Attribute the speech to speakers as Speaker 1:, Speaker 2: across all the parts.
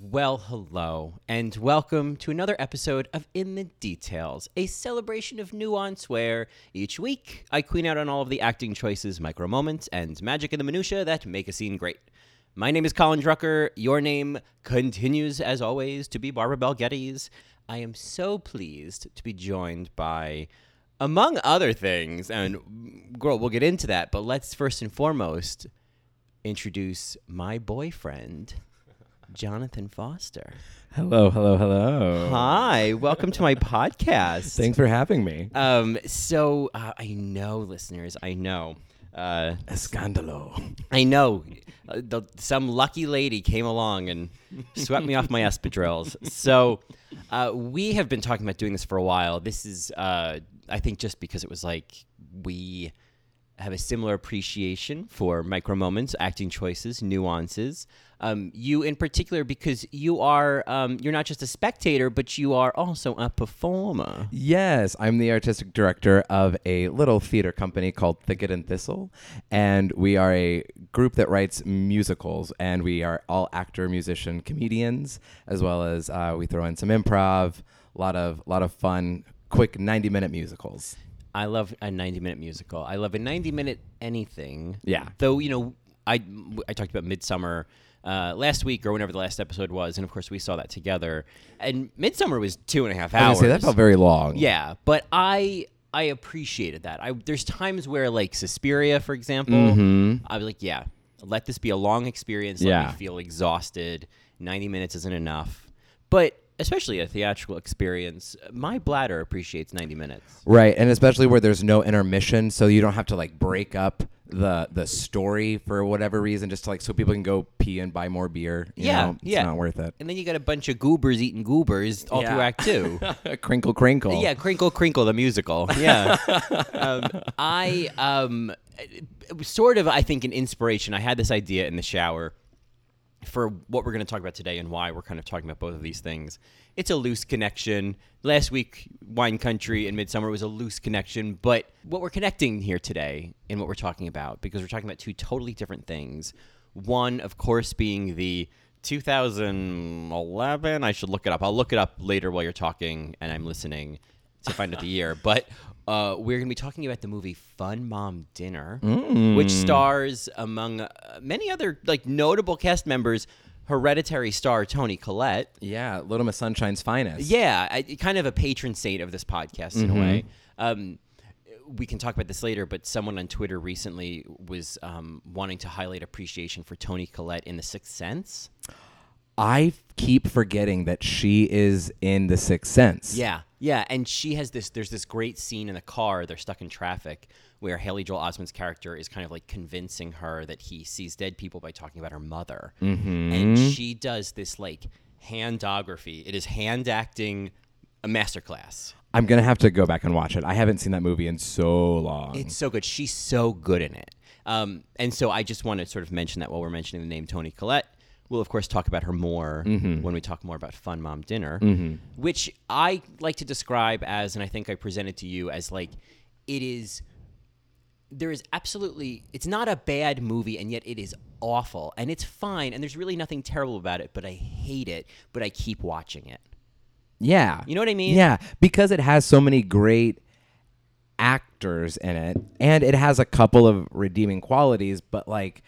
Speaker 1: Well, hello, and welcome to another episode of In the Details, a celebration of nuance where each week I queen out on all of the acting choices, micro moments, and magic in the minutia that make a scene great. My name is Colin Drucker. Your name continues, as always, to be Barbara Bel Geddes. I am so pleased to be joined by, among other things, and girl, we'll get into that, but let's first and foremost introduce my boyfriend. Jonathan Foster.
Speaker 2: Hello, hello, hello.
Speaker 1: Hi, welcome to my podcast.
Speaker 2: Thanks for having me.
Speaker 1: Um, so uh, I know, listeners, I know, uh,
Speaker 2: Escandalo.
Speaker 1: I know, uh, the, some lucky lady came along and swept me off my espadrilles. So uh, we have been talking about doing this for a while. This is, uh, I think, just because it was like we have a similar appreciation for micro moments, acting choices, nuances. Um, you in particular, because you are um, you're not just a spectator, but you are also a performer.
Speaker 2: Yes, I'm the artistic director of a little theater company called Thicket and Thistle, and we are a group that writes musicals, and we are all actor, musician, comedians, as well as uh, we throw in some improv, a lot of lot of fun, quick 90 minute musicals.
Speaker 1: I love a 90 minute musical. I love a 90 minute anything.
Speaker 2: Yeah.
Speaker 1: Though, you know, I, I talked about Midsummer uh, last week or whenever the last episode was. And of course, we saw that together. And Midsummer was two and a half
Speaker 2: I
Speaker 1: hours.
Speaker 2: was gonna say that felt very long.
Speaker 1: yeah. But I. I appreciated that. I there's times where like Suspiria, for example, I was like, yeah, let this be a long experience. Let
Speaker 2: Mm-hmm. Yeah.
Speaker 1: me feel exhausted. 90 minutes isn't enough. But especially a theatrical experience, my bladder appreciates 90 minutes.
Speaker 2: Right, and especially where there's no intermission, so you don't have to like break up the the story for whatever reason, just to, like so people can go pee and buy more beer. you
Speaker 1: Yeah,
Speaker 2: know? it's
Speaker 1: yeah.
Speaker 2: not worth it.
Speaker 1: And then you got a bunch of goobers eating goobers all through
Speaker 2: Yeah.
Speaker 1: Act Two.
Speaker 2: crinkle, crinkle.
Speaker 1: yeah, Crinkle Crinkle the musical. Yeah, um, I um, it- it was sort of I think an inspiration. I had this idea in the shower for what we're going to talk about today and why we're kind of talking about both of these things. It's a loose connection. Last week, Wine Country and Midsummer was a loose connection, but what we're connecting here today and what we're talking about, because we're talking about two totally different things. One, of course, being the 2011, I should look it up. I'll look it up later while you're talking and I'm listening to find out the year. But uh, we're going to be talking about the movie Fun Mom Dinner, which stars among uh, many other like notable cast members, hereditary star Tony Collette.
Speaker 2: yeah. Little Miss Sunshine's finest.
Speaker 1: Yeah, I, kind of a patron saint of this podcast in a way. Um, we can talk about this later, but someone on Twitter recently was um, wanting to highlight appreciation for Tony Collette in The Sixth Sense.
Speaker 2: I f- keep forgetting that she is in The Sixth Sense.
Speaker 1: Yeah, yeah, and she has this. There's this great scene in the car. They're stuck in traffic, where Haley Joel Osment's character is kind of like convincing her that he sees dead people by talking about her mother, and she does this like handography. It is hand acting, a masterclass.
Speaker 2: I'm gonna have to go back and watch it. I haven't seen that movie in so long.
Speaker 1: It's so good. She's so good in it. Um, and so I just want to sort of mention that while we're mentioning the name Tony Collette, we'll of course talk about her more when we talk more about Fun Mom Dinner, which I like to describe as, and I think I presented to you as like, it is. There is absolutely, it's not a bad movie, and yet it is awful, and it's fine, and there's really nothing terrible about it, but I hate it, but I keep watching it.
Speaker 2: yeah.
Speaker 1: You know what I mean?
Speaker 2: Yeah, because it has so many great actors in it, and it has a couple of redeeming qualities, but like.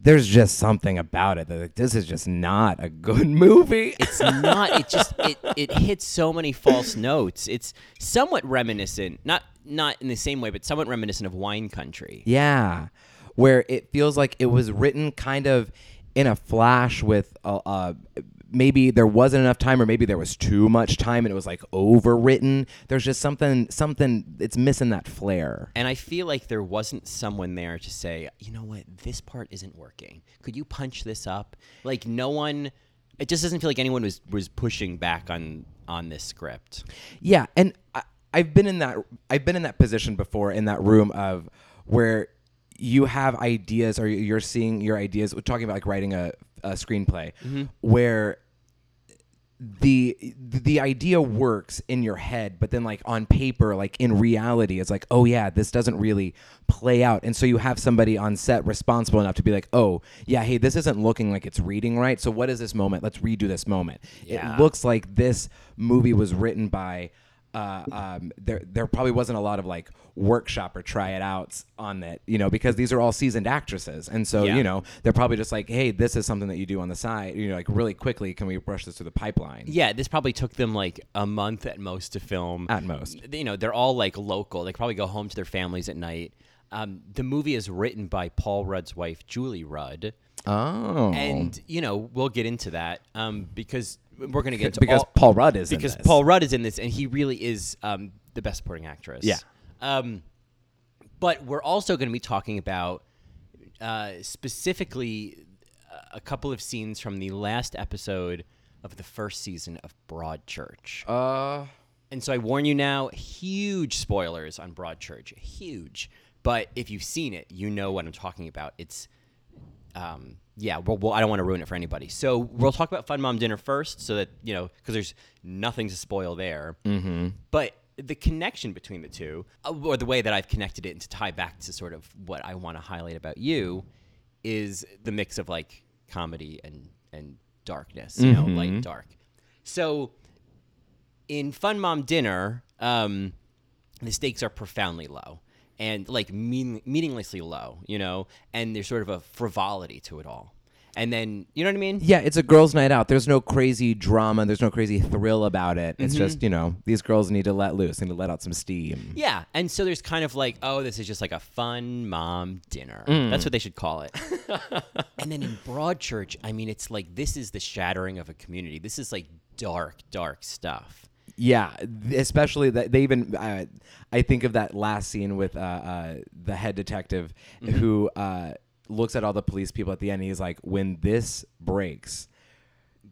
Speaker 2: There's just something about it that like, this is just not a good movie.
Speaker 1: it's not it just it, it hits so many false notes it's somewhat reminiscent not not in the same way but somewhat reminiscent of wine country
Speaker 2: Yeah, where it feels like it was written kind of in a flash with uh, uh, maybe there wasn't enough time, or maybe there was too much time, and it was like overwritten. There's just something, something it's missing that flair.
Speaker 1: and i feel like there wasn't someone there to say you know what this part isn't working could you punch this up like no one it just doesn't feel like anyone was was pushing back on on this script.
Speaker 2: Yeah, and I, I've been in that I've been in that position before in that room of where you have ideas or you're seeing your ideas. We're talking about like writing a, a screenplay where the the idea works in your head but then like on paper like in reality it's like oh yeah this doesn't really play out and so you have somebody on set responsible enough to be like oh yeah hey this isn't looking like it's reading right so what is this moment let's redo this moment it looks like this movie was written by uh, um, there there probably wasn't a lot of like workshop or try it outs on it, you know, because these are all seasoned actresses, and so
Speaker 1: Yeah.
Speaker 2: you know they're probably just like, hey, this is something that you do on the side, you know, like really quickly. Can we brush this through the pipeline?
Speaker 1: Yeah, this probably took them like a month at most to film.
Speaker 2: At most.
Speaker 1: You know, they're all like local. They probably go home to their families at night. Um, the movie is written by Paul Rudd's wife, Julie Rudd.
Speaker 2: Oh,
Speaker 1: And, you know, we'll get into that um, because we're going to get into
Speaker 2: because
Speaker 1: all-
Speaker 2: Paul Rudd is in
Speaker 1: because
Speaker 2: this.
Speaker 1: Paul Rudd is in this, and he really is um, the best supporting actress.
Speaker 2: Yeah.
Speaker 1: Um, but we're also going to be talking about uh, specifically uh, a couple of scenes from the last episode of the first season of Broadchurch.
Speaker 2: Uh,
Speaker 1: And so I warn you now, huge spoilers on Broadchurch, huge. But if you've seen it, you know what I'm talking about. It's, um, yeah. Well, well, I don't want to ruin it for anybody. So we'll talk about Fun Mom Dinner first, so that you know, because there's nothing to spoil there. Mm-hmm. But the connection between the two, uh, or the way that I've connected it, and to tie back to sort of what I want to highlight about you, is the mix of like comedy and and darkness, you know, light dark. So in Fun Mom Dinner, um, the stakes are profoundly low and like mean- meaninglessly low, you know, and there's sort of a frivolity to it all. And then, you know what I mean?
Speaker 2: yeah, it's a girls' night out. There's no crazy drama. There's no crazy thrill about it. It's just you know these girls need to let loose, need to let out some steam.
Speaker 1: Yeah. And so there's kind of like, oh, this is just like a fun mom dinner. That's what they should call it. and then in Broadchurch, I mean, it's like this is the shattering of a community. This is like dark, dark stuff.
Speaker 2: Yeah, th- especially that they even. Uh, I think of that last scene with uh, uh, the head detective
Speaker 1: Mm-hmm.
Speaker 2: who uh, looks at all the police people at the end. And he's like, "When this breaks,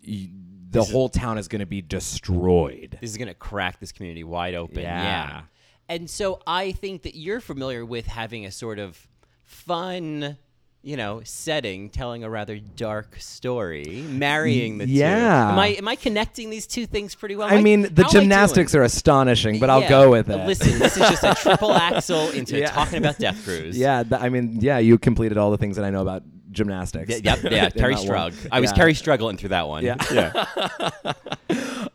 Speaker 2: y- the whole town is going to be destroyed."
Speaker 1: this is going to crack this community wide open.
Speaker 2: Yeah.
Speaker 1: Yeah. And so I think that you're familiar with having a sort of fun, you know, setting telling a rather dark story, marrying the
Speaker 2: Yeah.
Speaker 1: two. Am I am I connecting these two things pretty well? Am
Speaker 2: I mean, the
Speaker 1: how am I
Speaker 2: gymnastics
Speaker 1: doing?
Speaker 2: are astonishing, but I'll
Speaker 1: Yeah.
Speaker 2: go with it.
Speaker 1: Listen, this is just a triple axle into
Speaker 2: Yeah.
Speaker 1: talking about Death Cruise.
Speaker 2: Yeah, th- I mean, yeah, you completed all the things that I know about gymnastics.
Speaker 1: Y- Yep, yeah,
Speaker 2: In
Speaker 1: Terry
Speaker 2: that
Speaker 1: Strug.
Speaker 2: one.
Speaker 1: I was
Speaker 2: Yeah.
Speaker 1: Terry Struggling through that one.
Speaker 2: Yeah. Yeah.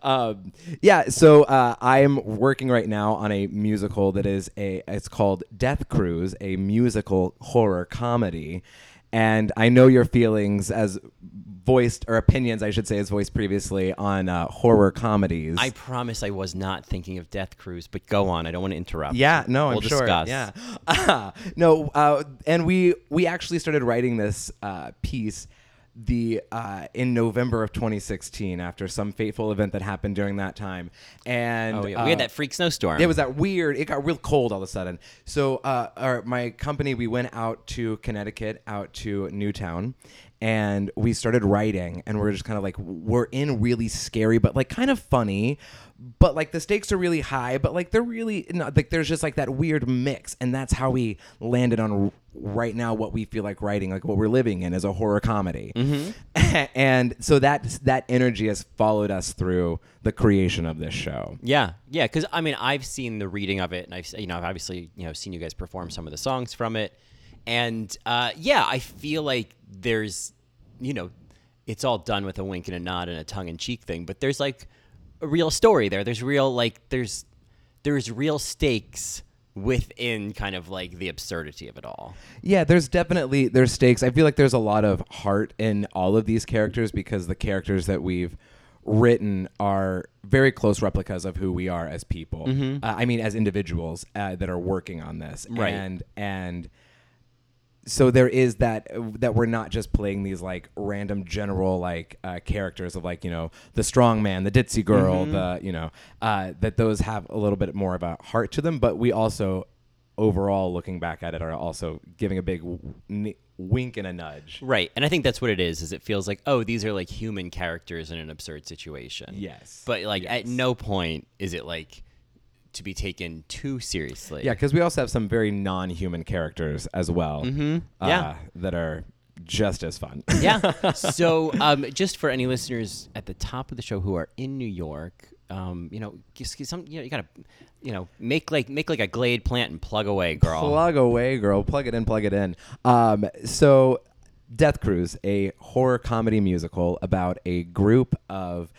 Speaker 2: um, yeah. So uh, I'm working right now on a musical that is a. It's called Death Cruise, a musical horror comedy, and I know your feelings as voiced or opinions, I should say, as voiced previously on uh, horror comedies.
Speaker 1: I promise I was not thinking of Death Cruise, but go on. I don't want to interrupt.
Speaker 2: Yeah, no, I'm
Speaker 1: We'll
Speaker 2: sure.
Speaker 1: discuss.
Speaker 2: Yeah, no, uh, and we we actually started writing this uh, piece the uh, in November of 2016 after some fateful event that happened during that time, and
Speaker 1: Oh, yeah. we had
Speaker 2: uh,
Speaker 1: that freak snowstorm.
Speaker 2: it was that weird. It got real cold all of a sudden. So, uh, our, my company, we went out to Connecticut, out to Newtown, and we started writing. And we're just kind of like, we're in really scary, but like kind of funny, but like the stakes are really high, but like they're really not like there's just like that weird mix. And that's how we landed on r- right now what we feel like writing, like what we're living in, is a horror comedy. and so that that energy has followed us through the creation of this show.
Speaker 1: Yeah, yeah. Because I mean, I've seen the reading of it, and I've you know, I've obviously you know seen you guys perform some of the songs from it, and uh, yeah, I feel like there's, you know, it's all done with a wink and a nod and a tongue in cheek thing, but there's like a real story there. There's real like there's there's real stakes within kind of like the absurdity of it all.
Speaker 2: Yeah, there's definitely there's stakes. I feel like there's a lot of heart in all of these characters because the characters that we've written are very close replicas of who we are as people. Uh, I mean, as individuals uh, that are working on this,
Speaker 1: Right.
Speaker 2: And and so there is that uh, that we're not just playing these like random general like uh, characters of like you know the strong man, the ditzy girl, the you know uh, that those have a little bit more of a heart to them, but we also overall looking back at it are also giving a big w- ne- wink and a nudge.
Speaker 1: Right. And I think that's what it is, is it feels like, oh, these are like human characters in an absurd situation.
Speaker 2: Yes.
Speaker 1: But like
Speaker 2: Yes.
Speaker 1: at no point is it like to be taken too seriously.
Speaker 2: Yeah, because we also have some very non-human characters as well. Mm-hmm.
Speaker 1: Yeah.
Speaker 2: that are just as fun.
Speaker 1: yeah. So, um, just for any listeners at the top of the show who are in New York, um, you know, just get some, you know, you gotta, you know, make like make like a glade plant and plug away, girl.
Speaker 2: Plug away, girl. Plug it in, plug it in. Um, so, Death Cruise, a horror comedy musical about a group of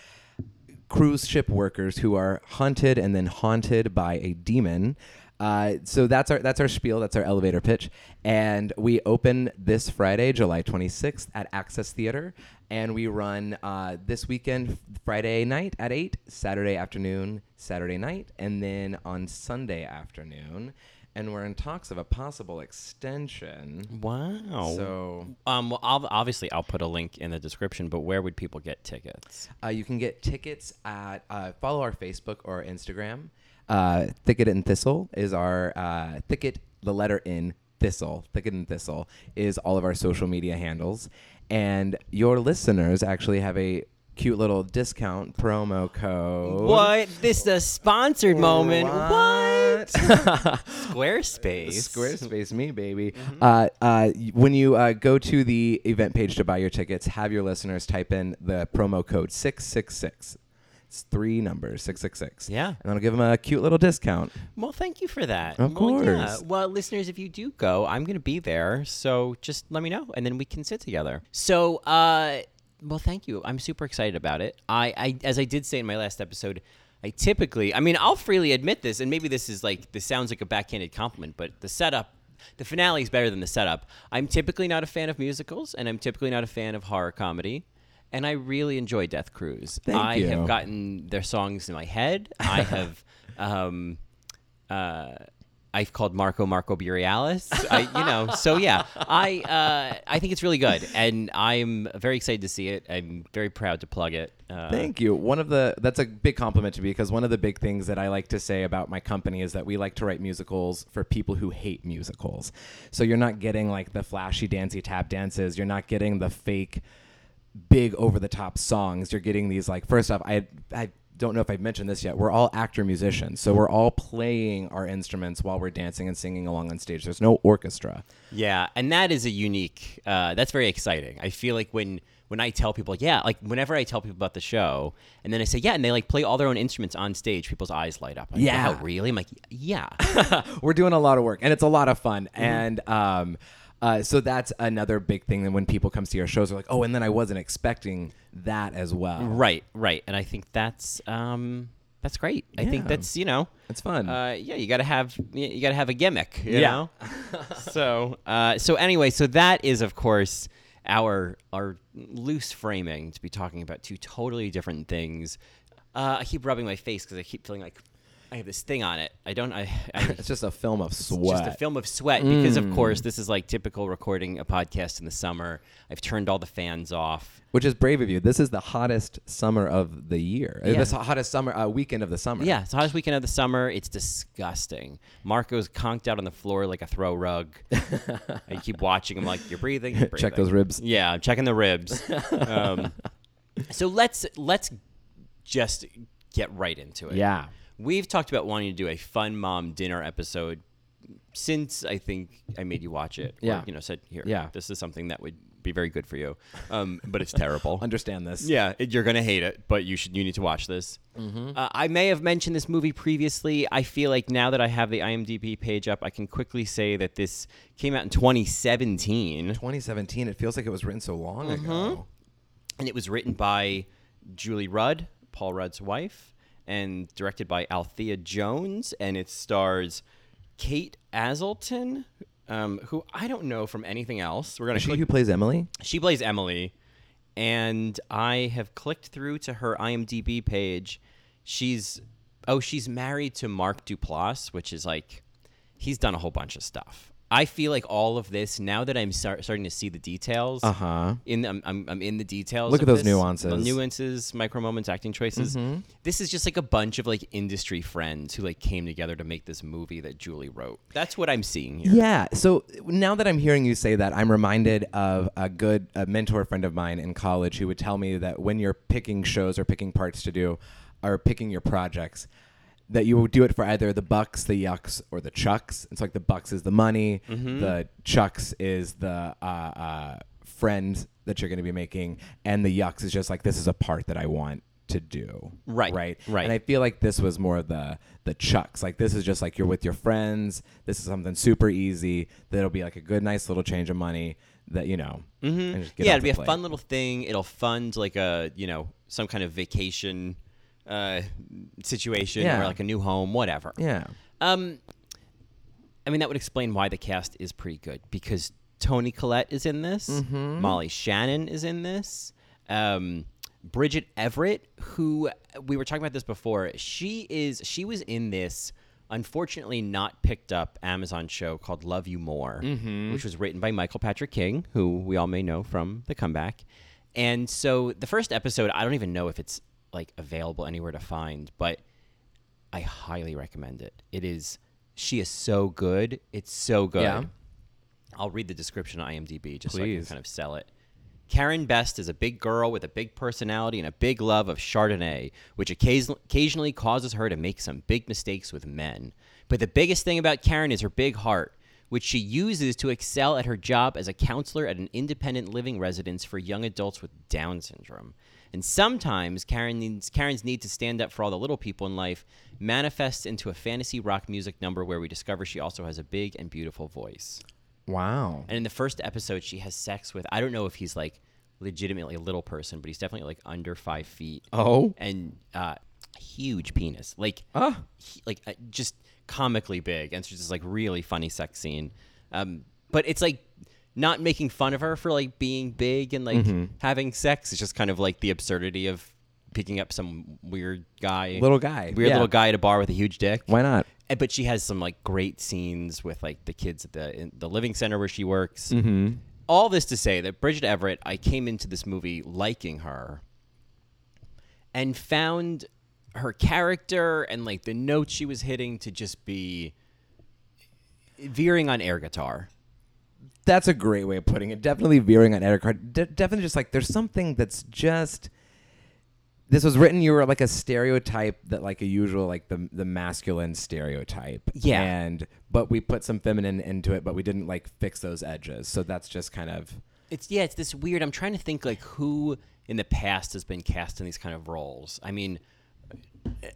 Speaker 2: cruise ship workers who are hunted and then haunted by a demon. Uh, so that's our that's our spiel. That's our elevator pitch, and we open this Friday, July 26th, at Access Theater, and we run uh, this weekend, Friday night at eight, Saturday afternoon, Saturday night, and then on Sunday afternoon, and we're in talks of a possible extension.
Speaker 1: Wow.
Speaker 2: So
Speaker 1: um, well, I'll, obviously, I'll put a link in the description. But where would people get tickets?
Speaker 2: Uh, you can get tickets at uh, follow our Facebook or Instagram. Uh, Thicket and Thistle is our uh, Thicket, the letter in Thistle. Thicket and Thistle is all of our social media handles. And your listeners actually have a cute little discount promo code.
Speaker 1: What? This is a sponsored moment.
Speaker 2: What?
Speaker 1: Squarespace.
Speaker 2: Squarespace me, baby. Uh, uh, y- when you uh, go to the event page to buy your tickets, have your listeners type in the promo code 666. It's three numbers, 666.
Speaker 1: Yeah.
Speaker 2: And that'll give them a cute little discount.
Speaker 1: Well, thank you for that.
Speaker 2: Of
Speaker 1: Well, yeah.
Speaker 2: course.
Speaker 1: Well, listeners, if you do go, I'm going to be there. So just let me know and then we can sit together. So, uh, well, thank you. I'm super excited about it. I, I, as I did say in my last episode, I typically, I mean, I'll freely admit this, and maybe this is like, this sounds like a backhanded compliment, but the setup, the finale is better than the setup. I'm typically not a fan of musicals, and I'm typically not a fan of horror comedy. And I really enjoy Death Cruise.
Speaker 2: Thank
Speaker 1: I have
Speaker 2: you.
Speaker 1: gotten their songs in my head. I have um, uh, I've called Marco Marco Burialis. I, you know, so yeah, I uh, I think it's really good, and I'm very excited to see it. I'm very proud to plug it. Uh,
Speaker 2: Thank you. One of the that's a big compliment to me because one of the big things that I like to say about my company is that we like to write musicals for people who hate musicals. So you're not getting like the flashy dancy tap dances. You're not getting the fake big over the top songs. You're getting these like first off, I I don't know if I've mentioned this yet. We're all actor musicians. So we're all playing our instruments while we're dancing and singing along on stage. There's no orchestra.
Speaker 1: Yeah, and that is a unique. Uh, that's very exciting. I feel like when when I tell people, yeah, like whenever I tell people about the show, and then I say, yeah, and they like play all their own instruments on stage, people's eyes light up. Like,
Speaker 2: Yeah.
Speaker 1: wow, really? I'm like, yeah.
Speaker 2: we're doing a lot of work and it's a lot of fun
Speaker 1: Mm-hmm.
Speaker 2: and um uh, so that's another big thing that when people come see our shows they're like oh and then i wasn't expecting that as well
Speaker 1: Right, right, and I think that's um, that's great. I think
Speaker 2: Yeah.
Speaker 1: that's you know
Speaker 2: it's fun
Speaker 1: Uh, yeah, you gotta have y- you gotta have a gimmick. You
Speaker 2: Hmm. Yeah.
Speaker 1: Know? so uh, so anyway, so that is of course our our loose framing to be talking about two totally different things. Uh, I keep rubbing my face because I keep feeling like I have this thing on it. I don't. I, I
Speaker 2: it's just a film of sweat
Speaker 1: just a film of sweat because of course this is like typical recording a podcast in the summer. I've turned all the fans off.
Speaker 2: which is brave of you this is the hottest summer of the year Uh,
Speaker 1: Yeah.
Speaker 2: this hottest summer uh, weekend of the summer
Speaker 1: Yeah, it's the hottest weekend of the summer. It's disgusting. Marco's conked out on the floor like a throw rug. I keep watching him like you're breathing. You're breathing.
Speaker 2: check those ribs
Speaker 1: Yeah, I'm checking the ribs. um, so let's let's just get right into it.
Speaker 2: Yeah.
Speaker 1: we've talked about wanting to do a fun mom dinner episode since I think I made you watch it. or,
Speaker 2: Yeah.
Speaker 1: you know, said here.
Speaker 2: Yeah.
Speaker 1: this is something that would be very good for you, um, but it's terrible.
Speaker 2: understand this
Speaker 1: Yeah, it- you're gonna hate it, but you should. You need to watch this. Uh, I may have mentioned this movie previously. I feel like now that I have the IMDb page up, I can quickly say that this came out in 2017,
Speaker 2: 2017 it feels like it was written so long
Speaker 1: Mm-hmm.
Speaker 2: ago
Speaker 1: and it was written by Julie Rudd, Paul Rudd's wife, and directed by Althea Jones, and it stars Kate Asleton, um, who I don't know from anything else. We're gonna
Speaker 2: she
Speaker 1: click
Speaker 2: who plays emily
Speaker 1: She plays Emily, and I have clicked through to her IMDb page. She's oh, she's married to Mark Duplass, which is like he's done a whole bunch of stuff. I feel like all of this now that I'm start, starting to see the details.
Speaker 2: Uh huh.
Speaker 1: In I'm, I'm, I'm in the details.
Speaker 2: Look at
Speaker 1: of
Speaker 2: those
Speaker 1: this,
Speaker 2: nuances. Mm-hmm.
Speaker 1: the nuances, micro moments, acting choices. This is just like a bunch of like industry friends who like came together to make this movie that Julie wrote. That's what I'm seeing here.
Speaker 2: Yeah. So now that I'm hearing you say that, I'm reminded of a good a mentor friend of mine in college who would tell me that when you're picking shows or picking parts to do or picking your projects, that you will do it for either the bucks, the yucks, or the chucks. It's like the bucks is the money,
Speaker 1: Mm-hmm.
Speaker 2: the chucks is the uh, uh, friend that you're going to be making, and the yucks is just like this is a part that I want to do.
Speaker 1: Right,
Speaker 2: Right.
Speaker 1: right.
Speaker 2: And I feel like this was more the the chucks. Like this is just like you're with your friends. This is something super easy that'll be like a good, nice little change of money that you know. and just get
Speaker 1: Mm-hmm. yeah,
Speaker 2: off
Speaker 1: it'd be a
Speaker 2: the plate.
Speaker 1: fun little thing. It'll fund like a you know some kind of vacation uh, situation
Speaker 2: Yeah.
Speaker 1: or like a new home, whatever.
Speaker 2: Yeah.
Speaker 1: Um, I mean that would explain why the cast is pretty good because Tony Collette is in this, Molly Shannon is in this, um, Bridget Everett, who uh, we were talking about this before. She is she was in this. Unfortunately, not picked up Amazon show called Love You More, which was written by Michael Patrick King, who we all may know from The Comeback. And so the first episode, I don't even know if it's like available anywhere to find, but I highly recommend it. It is she is so good. It's so good.
Speaker 2: Yeah.
Speaker 1: I'll read the description on IMDb just so I can
Speaker 2: Please.
Speaker 1: kind of sell it. Karen Best is a big girl with a big personality and a big love of Chardonnay, which occasion- occasionally causes her to make some big mistakes with men. But the biggest thing about Karen is her big heart, which she uses to excel at her job as a counselor at an independent living residence for young adults with Down syndrome. And sometimes Karen needs, Karen's need to stand up for all the little people in life manifests into a fantasy rock music number where we discover she also has a big and beautiful voice.
Speaker 2: Wow.
Speaker 1: And in the first episode, she has sex with I don't know if he's like legitimately a little person, but he's definitely like under five feet.
Speaker 2: Oh.
Speaker 1: and uh, huge penis, like
Speaker 2: Ah.
Speaker 1: he- like uh, just comically big. And it's just like really funny sex scene. Um, but it's like not making fun of her for like being big and like
Speaker 2: Mm-hmm.
Speaker 1: having sex. It's just kind of like the absurdity of picking up some weird guy,
Speaker 2: Little guy.
Speaker 1: weird
Speaker 2: Yeah.
Speaker 1: little guy at a bar with a huge dick.
Speaker 2: Why not?
Speaker 1: And- Eh, but she has some like great scenes with like the kids at the in the living center where she works. All this to say that Bridget Everett, I came into this movie liking her, and found her character and like the notes she was hitting to just be veering on air guitar.
Speaker 2: That's a great way of putting it. Definitely veering on Eric Hart. De- definitely just like there's something that's just. This was written. You were like a stereotype that like a usual like the the masculine stereotype.
Speaker 1: Yeah.
Speaker 2: And but we put some feminine into it, but we didn't like fix those edges. So that's just kind of
Speaker 1: It's yeah, it's this weird. I'm trying to think like who in the past has been cast in these kind of roles. I mean,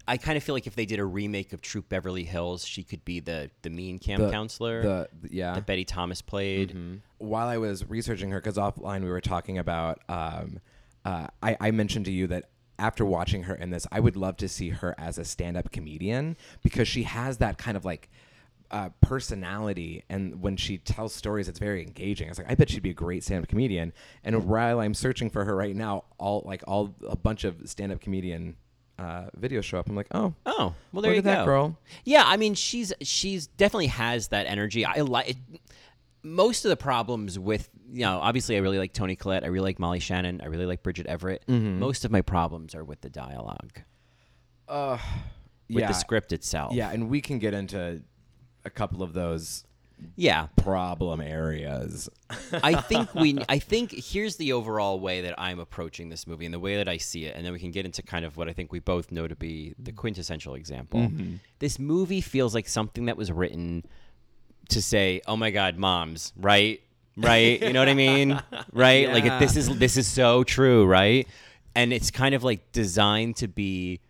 Speaker 1: I kind of feel like if they did a remake of True Beverly Hills, she could be the the mean camp
Speaker 2: the-
Speaker 1: counselor
Speaker 2: The, Mm-hmm. the- yeah.
Speaker 1: that Betty Thomas played.
Speaker 2: while I was researching her, because offline we were talking about, um, uh, I, I mentioned to you that after watching her in this, I would love to see her as a stand up comedian because she has that kind of like uh, personality. And when she tells stories, it's very engaging. I was like, I bet she'd be a great stand up comedian. And while I'm searching for her right now, all like all a bunch of stand up comedian uh, videos show up. I'm like, oh,
Speaker 1: Oh, well there
Speaker 2: Look
Speaker 1: you
Speaker 2: at that
Speaker 1: go.
Speaker 2: girl.
Speaker 1: Yeah, I mean she's she's definitely has that energy. I like most of the problems with you know obviously I really like Tony Collette, I really like Molly Shannon, I really like Bridget Everett.
Speaker 2: Mm-hmm.
Speaker 1: Most of my problems are with the dialogue, with
Speaker 2: yeah,
Speaker 1: the script itself.
Speaker 2: yeah. And we can get into a couple of those
Speaker 1: yeah.
Speaker 2: problem areas.
Speaker 1: I think we. I think here's the overall way that I'm approaching this movie and the way that I see it, and then we can get into kind of what I think we both know to be the
Speaker 2: Mm-hmm.
Speaker 1: quintessential example. This movie feels like something that was written to say, "Oh my God, moms, right, right." You know what I mean, right? Like
Speaker 2: Yeah.
Speaker 1: it, this is this is so true, right? And it's kind of like designed to be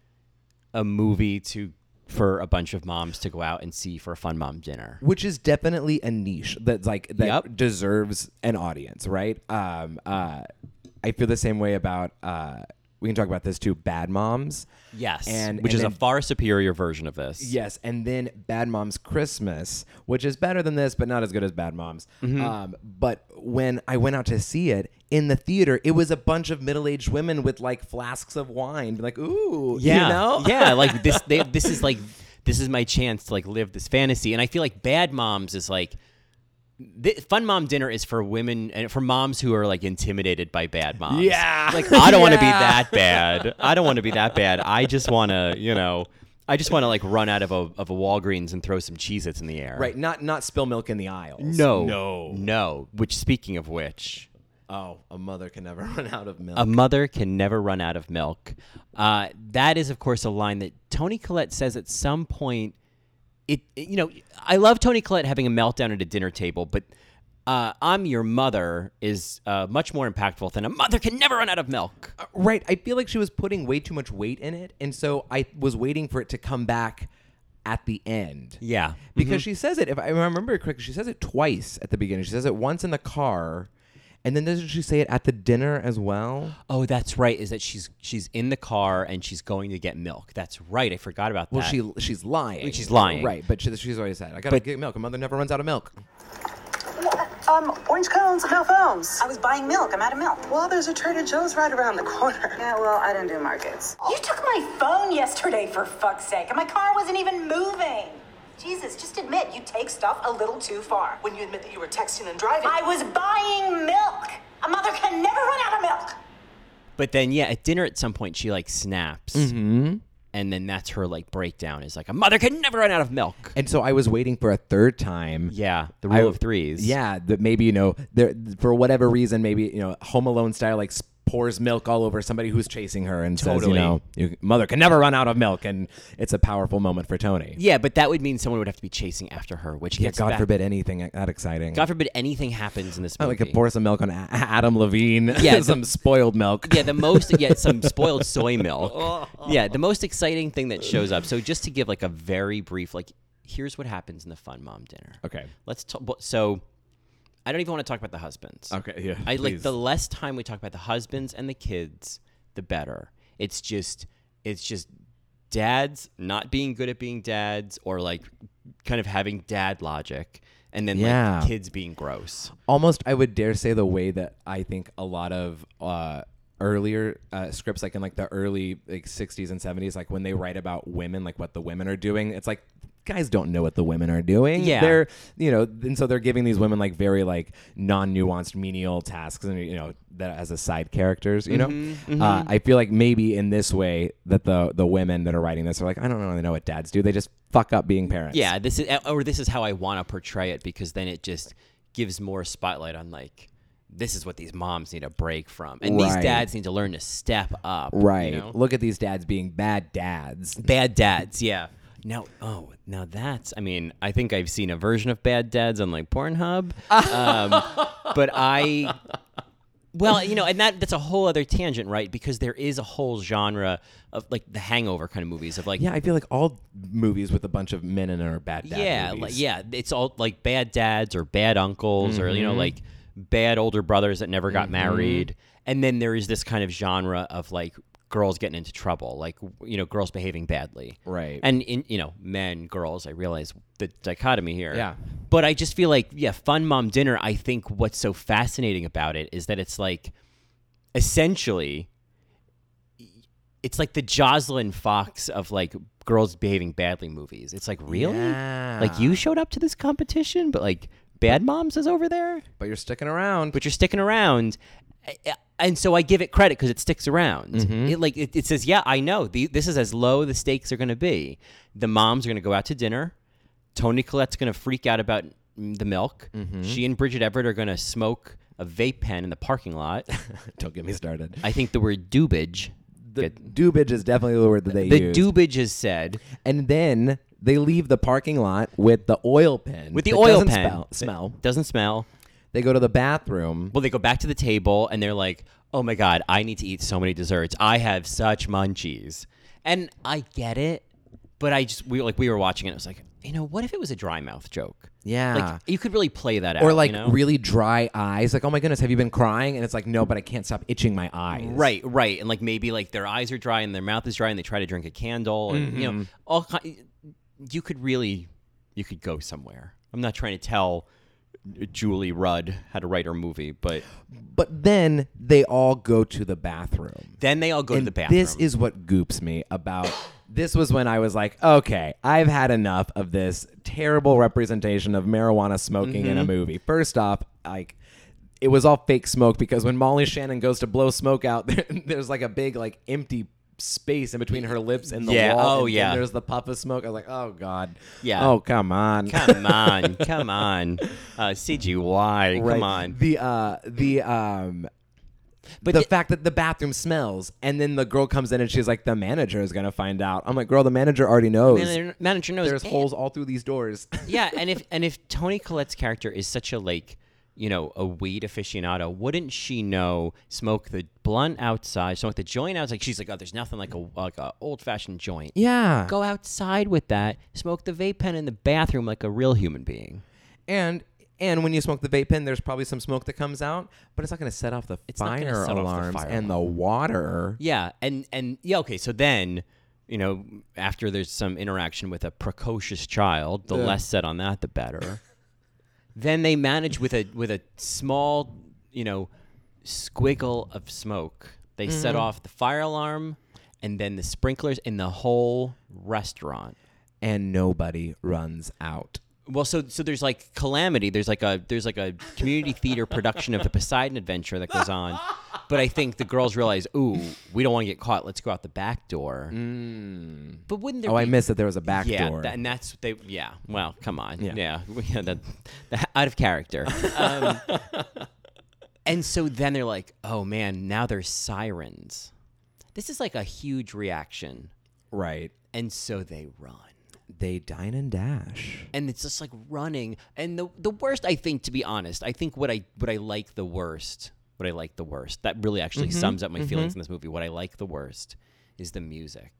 Speaker 1: a movie to for a bunch of moms to go out and see for a fun mom dinner.
Speaker 2: which is definitely a niche that's like that
Speaker 1: Yep.
Speaker 2: deserves an audience, right? Um, uh, I feel the same way about. Uh, we can talk about this too. Bad moms,
Speaker 1: Yes,
Speaker 2: And-
Speaker 1: which is
Speaker 2: and
Speaker 1: a
Speaker 2: then-
Speaker 1: far superior version of this.
Speaker 2: yes, and then Bad Moms Christmas, which is better than this, but not as good as Bad Moms.
Speaker 1: Mm-hmm.
Speaker 2: Um, but when I went out to see it in the theater, it was a bunch of middle-aged women with like flasks of wine, like ooh,
Speaker 1: Yeah,
Speaker 2: you know,
Speaker 1: yeah. Like this, they, this is like this is my chance to like live this fantasy, and I feel like Bad Moms is like Th- Fun Mom Dinner is for women and for moms who are like intimidated by bad moms.
Speaker 2: Yeah.
Speaker 1: Like I don't want to be
Speaker 2: Yeah.
Speaker 1: that bad. I don't want to be that bad. I just want to, you know, I just want to like run out of a of a Walgreens and throw some Cheez-Its in the air.
Speaker 2: Right, not not spill milk in the aisles.
Speaker 1: No.
Speaker 2: No.
Speaker 1: No. Which speaking of which,
Speaker 2: Oh, a mother can never run out of milk.
Speaker 1: a mother can never run out of milk. Uh, that is, of course, a line that Tony Collette says at some point. It, it- you know, I love Tony Collette having a meltdown at a dinner table, but uh, "I'm your mother" is uh, much more impactful than "a mother can never run out of milk."
Speaker 2: right, I feel like she was putting way too much weight in it, and so I was waiting for it to come back at the end.
Speaker 1: Yeah, Mm-hmm.
Speaker 2: Because she says it, if I remember correctly, she says it twice at the beginning. She says it once in the car, and then doesn't she say it at the dinner as well?
Speaker 1: Oh, that's right. Is that she's she's in the car and she's going to get milk? That's right. I forgot about that.
Speaker 2: Well, she she's lying.
Speaker 1: She's lying.
Speaker 2: right? But she, she's already said, "I gotta get milk. A mother never runs out of milk."
Speaker 3: Uh,
Speaker 4: What? Um, orange cones and half ounce.
Speaker 3: I was buying milk. I'm out of milk.
Speaker 4: Well, there's a Trader Joe's right around the corner.
Speaker 3: Yeah, well, I don't do markets. You took my phone yesterday, for fuck's sake, and my car wasn't even moving. Jesus, just admit you take stuff a little too far.
Speaker 4: When you admit that you were texting and driving.
Speaker 3: I was buying milk. A mother can never run out of milk.
Speaker 1: But then, yeah, at dinner at some point, she like snaps.
Speaker 2: Mm-hmm.
Speaker 1: And then that's her like breakdown is like, a mother can never run out of milk.
Speaker 2: And so I was waiting for a third time.
Speaker 1: Yeah. The rule
Speaker 2: I-
Speaker 1: of threes.
Speaker 2: Yeah, that maybe you know, there for whatever reason, maybe you know, Home Alone style, like s- pours milk all over somebody who's chasing her and says, you
Speaker 1: Totally.
Speaker 2: know, your mother can never run out of milk, and it's a powerful moment for Tony.
Speaker 1: Yeah, but that would mean someone would have to be chasing after her, which
Speaker 2: Yeah,
Speaker 1: gets
Speaker 2: God
Speaker 1: back-
Speaker 2: forbid anything that exciting.
Speaker 1: God forbid anything happens in this
Speaker 2: I
Speaker 1: movie.
Speaker 2: like could pour some milk on A- Adam Levine.
Speaker 1: Yeah, the-
Speaker 2: some spoiled milk.
Speaker 1: yeah, the most yeah, some spoiled soy milk. Yeah, the most exciting thing that shows up. So just to give like a very brief like here's what happens in the fun mom dinner.
Speaker 2: Okay.
Speaker 1: Let's talk so I don't even want to talk about the husbands.
Speaker 2: Okay, yeah,
Speaker 1: I like
Speaker 2: please.
Speaker 1: the less time we talk about the husbands and the kids, the better. It's just it's just dads not being good at being dads or like kind of having dad logic and then
Speaker 2: Yeah.
Speaker 1: like kids being gross.
Speaker 2: almost i would dare say the way that i think a lot of uh earlier uh, scripts like in like the early like 60s and 70s like when they write about women like what the women are doing it's like guys don't know what the women are doing
Speaker 1: Yeah.
Speaker 2: they're you know and so they're giving these women like very like non-nuanced menial tasks and you know that as a side characters you know
Speaker 1: Mm-hmm,
Speaker 2: uh, i feel like maybe in this way that the the women that are writing this are like i don't really know what dads do they just fuck up being parents
Speaker 1: Yeah, this is eh, or this is how I want to portray it because then it just gives more spotlight on like this is what these moms need a break from and these
Speaker 2: Right.
Speaker 1: dads need to learn to step up. you
Speaker 2: right
Speaker 1: know?
Speaker 2: look at these dads being bad dads
Speaker 1: Bad dads, yeah. Now, oh, now that's. I mean, I think I've seen a version of bad dads on like Pornhub, um, but I. Well, you know, and that that's a whole other tangent, right? Because there is a whole genre of like the Hangover kind of movies of like
Speaker 2: Yeah, I feel like all movies with a bunch of men in it are bad dad
Speaker 1: yeah, like,
Speaker 2: movies.
Speaker 1: yeah, it's all like bad dads or bad uncles or you know
Speaker 2: Mm-hmm.
Speaker 1: like bad older brothers that never got married. And then there is this kind of genre of like girls getting into trouble, like w- you know girls behaving badly,
Speaker 2: Right.
Speaker 1: And in you know men, girls. I realize the dichotomy here.
Speaker 2: Yeah.
Speaker 1: But I just feel like yeah, Fun Mom Dinner. I think what's so fascinating about it is that it's like essentially it's like the Jocelyn Fox of like girls behaving badly movies. It's like really like you showed up to this competition, but like Bad Moms is over there,
Speaker 2: But you're sticking around.
Speaker 1: but you're sticking around. I- I- And so I give it credit because it sticks around. It like it, it says, yeah, I know the, this is as low the stakes are going to be. The moms are going to go out to dinner. Tony Collette's going to freak out about mm, the milk. She and Bridget Everett are going to smoke a vape pen in the parking lot.
Speaker 2: Don't get me started.
Speaker 1: I think the word doobage.
Speaker 2: The doobage is definitely the word that they
Speaker 1: The
Speaker 2: use.
Speaker 1: doobage is said.
Speaker 2: and then they leave the parking lot with the oil pen.
Speaker 1: With the
Speaker 2: that
Speaker 1: oil
Speaker 2: doesn't
Speaker 1: pen.
Speaker 2: Spell, smell.
Speaker 1: Doesn't smell.
Speaker 2: They go to the bathroom.
Speaker 1: Well, they go back to the table and they're like, oh my God, I need to eat so many desserts. I have such munchies. And I get it, but I just, we like, we were watching it. I was like, you know, what if it was a dry mouth joke?
Speaker 2: Yeah.
Speaker 1: Like, you could really play that out.
Speaker 2: or like
Speaker 1: you know?
Speaker 2: really dry eyes. Like, oh my goodness, have you been crying? And it's like, no, but I can't stop itching my eyes.
Speaker 1: Right, right, and like maybe like their eyes are dry and their mouth is dry, and they try to drink a candle, and you
Speaker 2: Mm-hmm.
Speaker 1: know, all ki- you could really, you could go somewhere. I'm not trying to tell Julie Rudd how to write her movie, but
Speaker 2: But then they all go to the bathroom.
Speaker 1: then they all go to
Speaker 2: And
Speaker 1: the bathroom.
Speaker 2: This is what goops me about This was when I was like, okay, I've had enough of this terrible representation of marijuana smoking in a
Speaker 1: Mm-hmm.
Speaker 2: movie. First off, like it was all fake smoke because when Molly Shannon goes to blow smoke out, there's like a big like empty space in between her lips and the
Speaker 1: Yeah,
Speaker 2: wall.
Speaker 1: oh,
Speaker 2: and then
Speaker 1: yeah.
Speaker 2: there's the puff of smoke. I was like, oh god.
Speaker 1: Yeah.
Speaker 2: Oh come on.
Speaker 1: Come on, come on, uh, CGY,
Speaker 2: Right.
Speaker 1: come on.
Speaker 2: The uh the um
Speaker 1: But
Speaker 2: the
Speaker 1: it-
Speaker 2: fact that the bathroom smells and then the girl comes in and she's like, The manager is gonna find out. I'm like, girl, the manager already knows.
Speaker 1: manager, manager knows
Speaker 2: There's
Speaker 1: and-
Speaker 2: holes all through these doors.
Speaker 1: yeah, and if and if Tony Collette's character is such a like, you know, a weed aficionado, wouldn't she know? Smoke the blunt outside, smoke the joint outside. She's like, oh, there's nothing like a like a old fashioned joint.
Speaker 2: yeah.
Speaker 1: Go outside with that. Smoke the vape pen in the bathroom like a real human being.
Speaker 2: And and when you smoke the vape pen, there's probably some smoke that comes out, but it's not gonna set off the
Speaker 1: not gonna
Speaker 2: fire
Speaker 1: set off the
Speaker 2: alarms
Speaker 1: fire
Speaker 2: and the water.
Speaker 1: Yeah, and and yeah, okay. So then, you know, after there's some interaction with a precocious child, the less said on that, the better. then they manage with a with a small, you know, squiggle of smoke. They set off the fire alarm, and then the sprinklers in the whole restaurant.
Speaker 2: And nobody runs out.
Speaker 1: Well, so so there's like calamity. There's like a there's like a community theater production of the Poseidon Adventure that goes on. But I think the girls realize, ooh, we don't want to get caught. Let's go out the back door. But wouldn't there?
Speaker 2: Oh,
Speaker 1: be,
Speaker 2: I missed that there was a back
Speaker 1: yeah,
Speaker 2: door.
Speaker 1: that- and that's they. Yeah. Well, come on.
Speaker 2: Yeah.
Speaker 1: Yeah. Yeah. that, that- out of character. Um, and so then they're like, oh man, now there's sirens. This is like a huge reaction,
Speaker 2: right.
Speaker 1: and so they run
Speaker 2: They dine and dash.
Speaker 1: and it's just like running. And the the worst, I think, to be honest, I think what I what I like the worst, what I like the worst, that really actually
Speaker 2: Mm-hmm.
Speaker 1: sums up my feelings in this movie. What I like the worst is the music.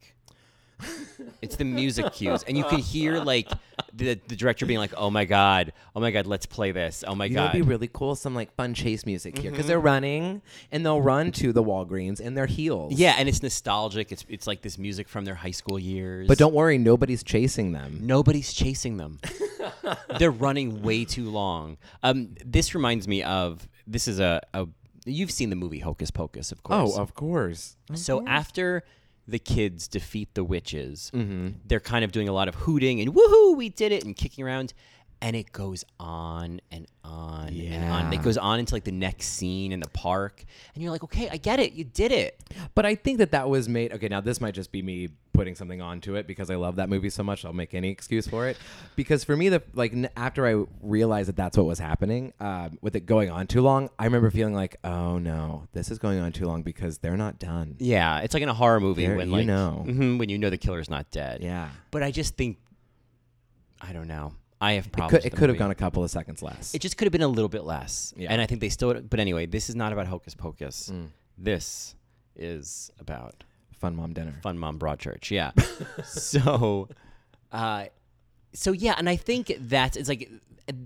Speaker 1: it's the music cues, and you can hear like the the director being like, "Oh my god, oh my god, let's play this. Oh my
Speaker 2: You know,
Speaker 1: god." Mm-hmm.
Speaker 2: it'd be really cool some like fun chase music here because they're running and they'll run to the Walgreens in their heels.
Speaker 1: yeah, and it's nostalgic. It's it's like this music from their high school years.
Speaker 2: But don't worry, nobody's chasing them.
Speaker 1: Nobody's chasing them. They're running way too long. Um, this reminds me of this is a, a you've seen the movie Hocus Pocus, of course.
Speaker 2: Oh, of course.
Speaker 1: so after the kids defeat the witches,
Speaker 2: Mm-hmm.
Speaker 1: they're kind of doing a lot of hooting and woohoo, we did it and kicking around. And it goes on and on and on.
Speaker 2: Yeah.
Speaker 1: It goes on into like the next scene in the park. And you're like, okay, I get it. You did it.
Speaker 2: But I think that that was made. Okay, now this might just be me putting something onto it because I love that movie so much. I'll make any excuse for it. Because for me, the like n- after I realized that that's what was happening um, with it going on too long, I remember feeling like, oh no, this is going on too long because they're not done.
Speaker 1: Yeah, it's like in a horror movie
Speaker 2: There-
Speaker 1: when
Speaker 2: you
Speaker 1: like
Speaker 2: know.
Speaker 1: Mhm, when you know the killer's not dead.
Speaker 2: Yeah.
Speaker 1: but I just think I don't know. I have
Speaker 2: It
Speaker 1: problems.
Speaker 2: could, it
Speaker 1: with the
Speaker 2: could have
Speaker 1: movie.
Speaker 2: gone a couple of seconds less.
Speaker 1: It just could have been a little bit less.
Speaker 2: Yeah. Mm.
Speaker 1: And I think they still. But anyway, this is not about Hocus Pocus. This is about
Speaker 2: Fun mom dinner.
Speaker 1: Fun Mom Broadchurch. Yeah. so, uh, so yeah, and I think that's it's like,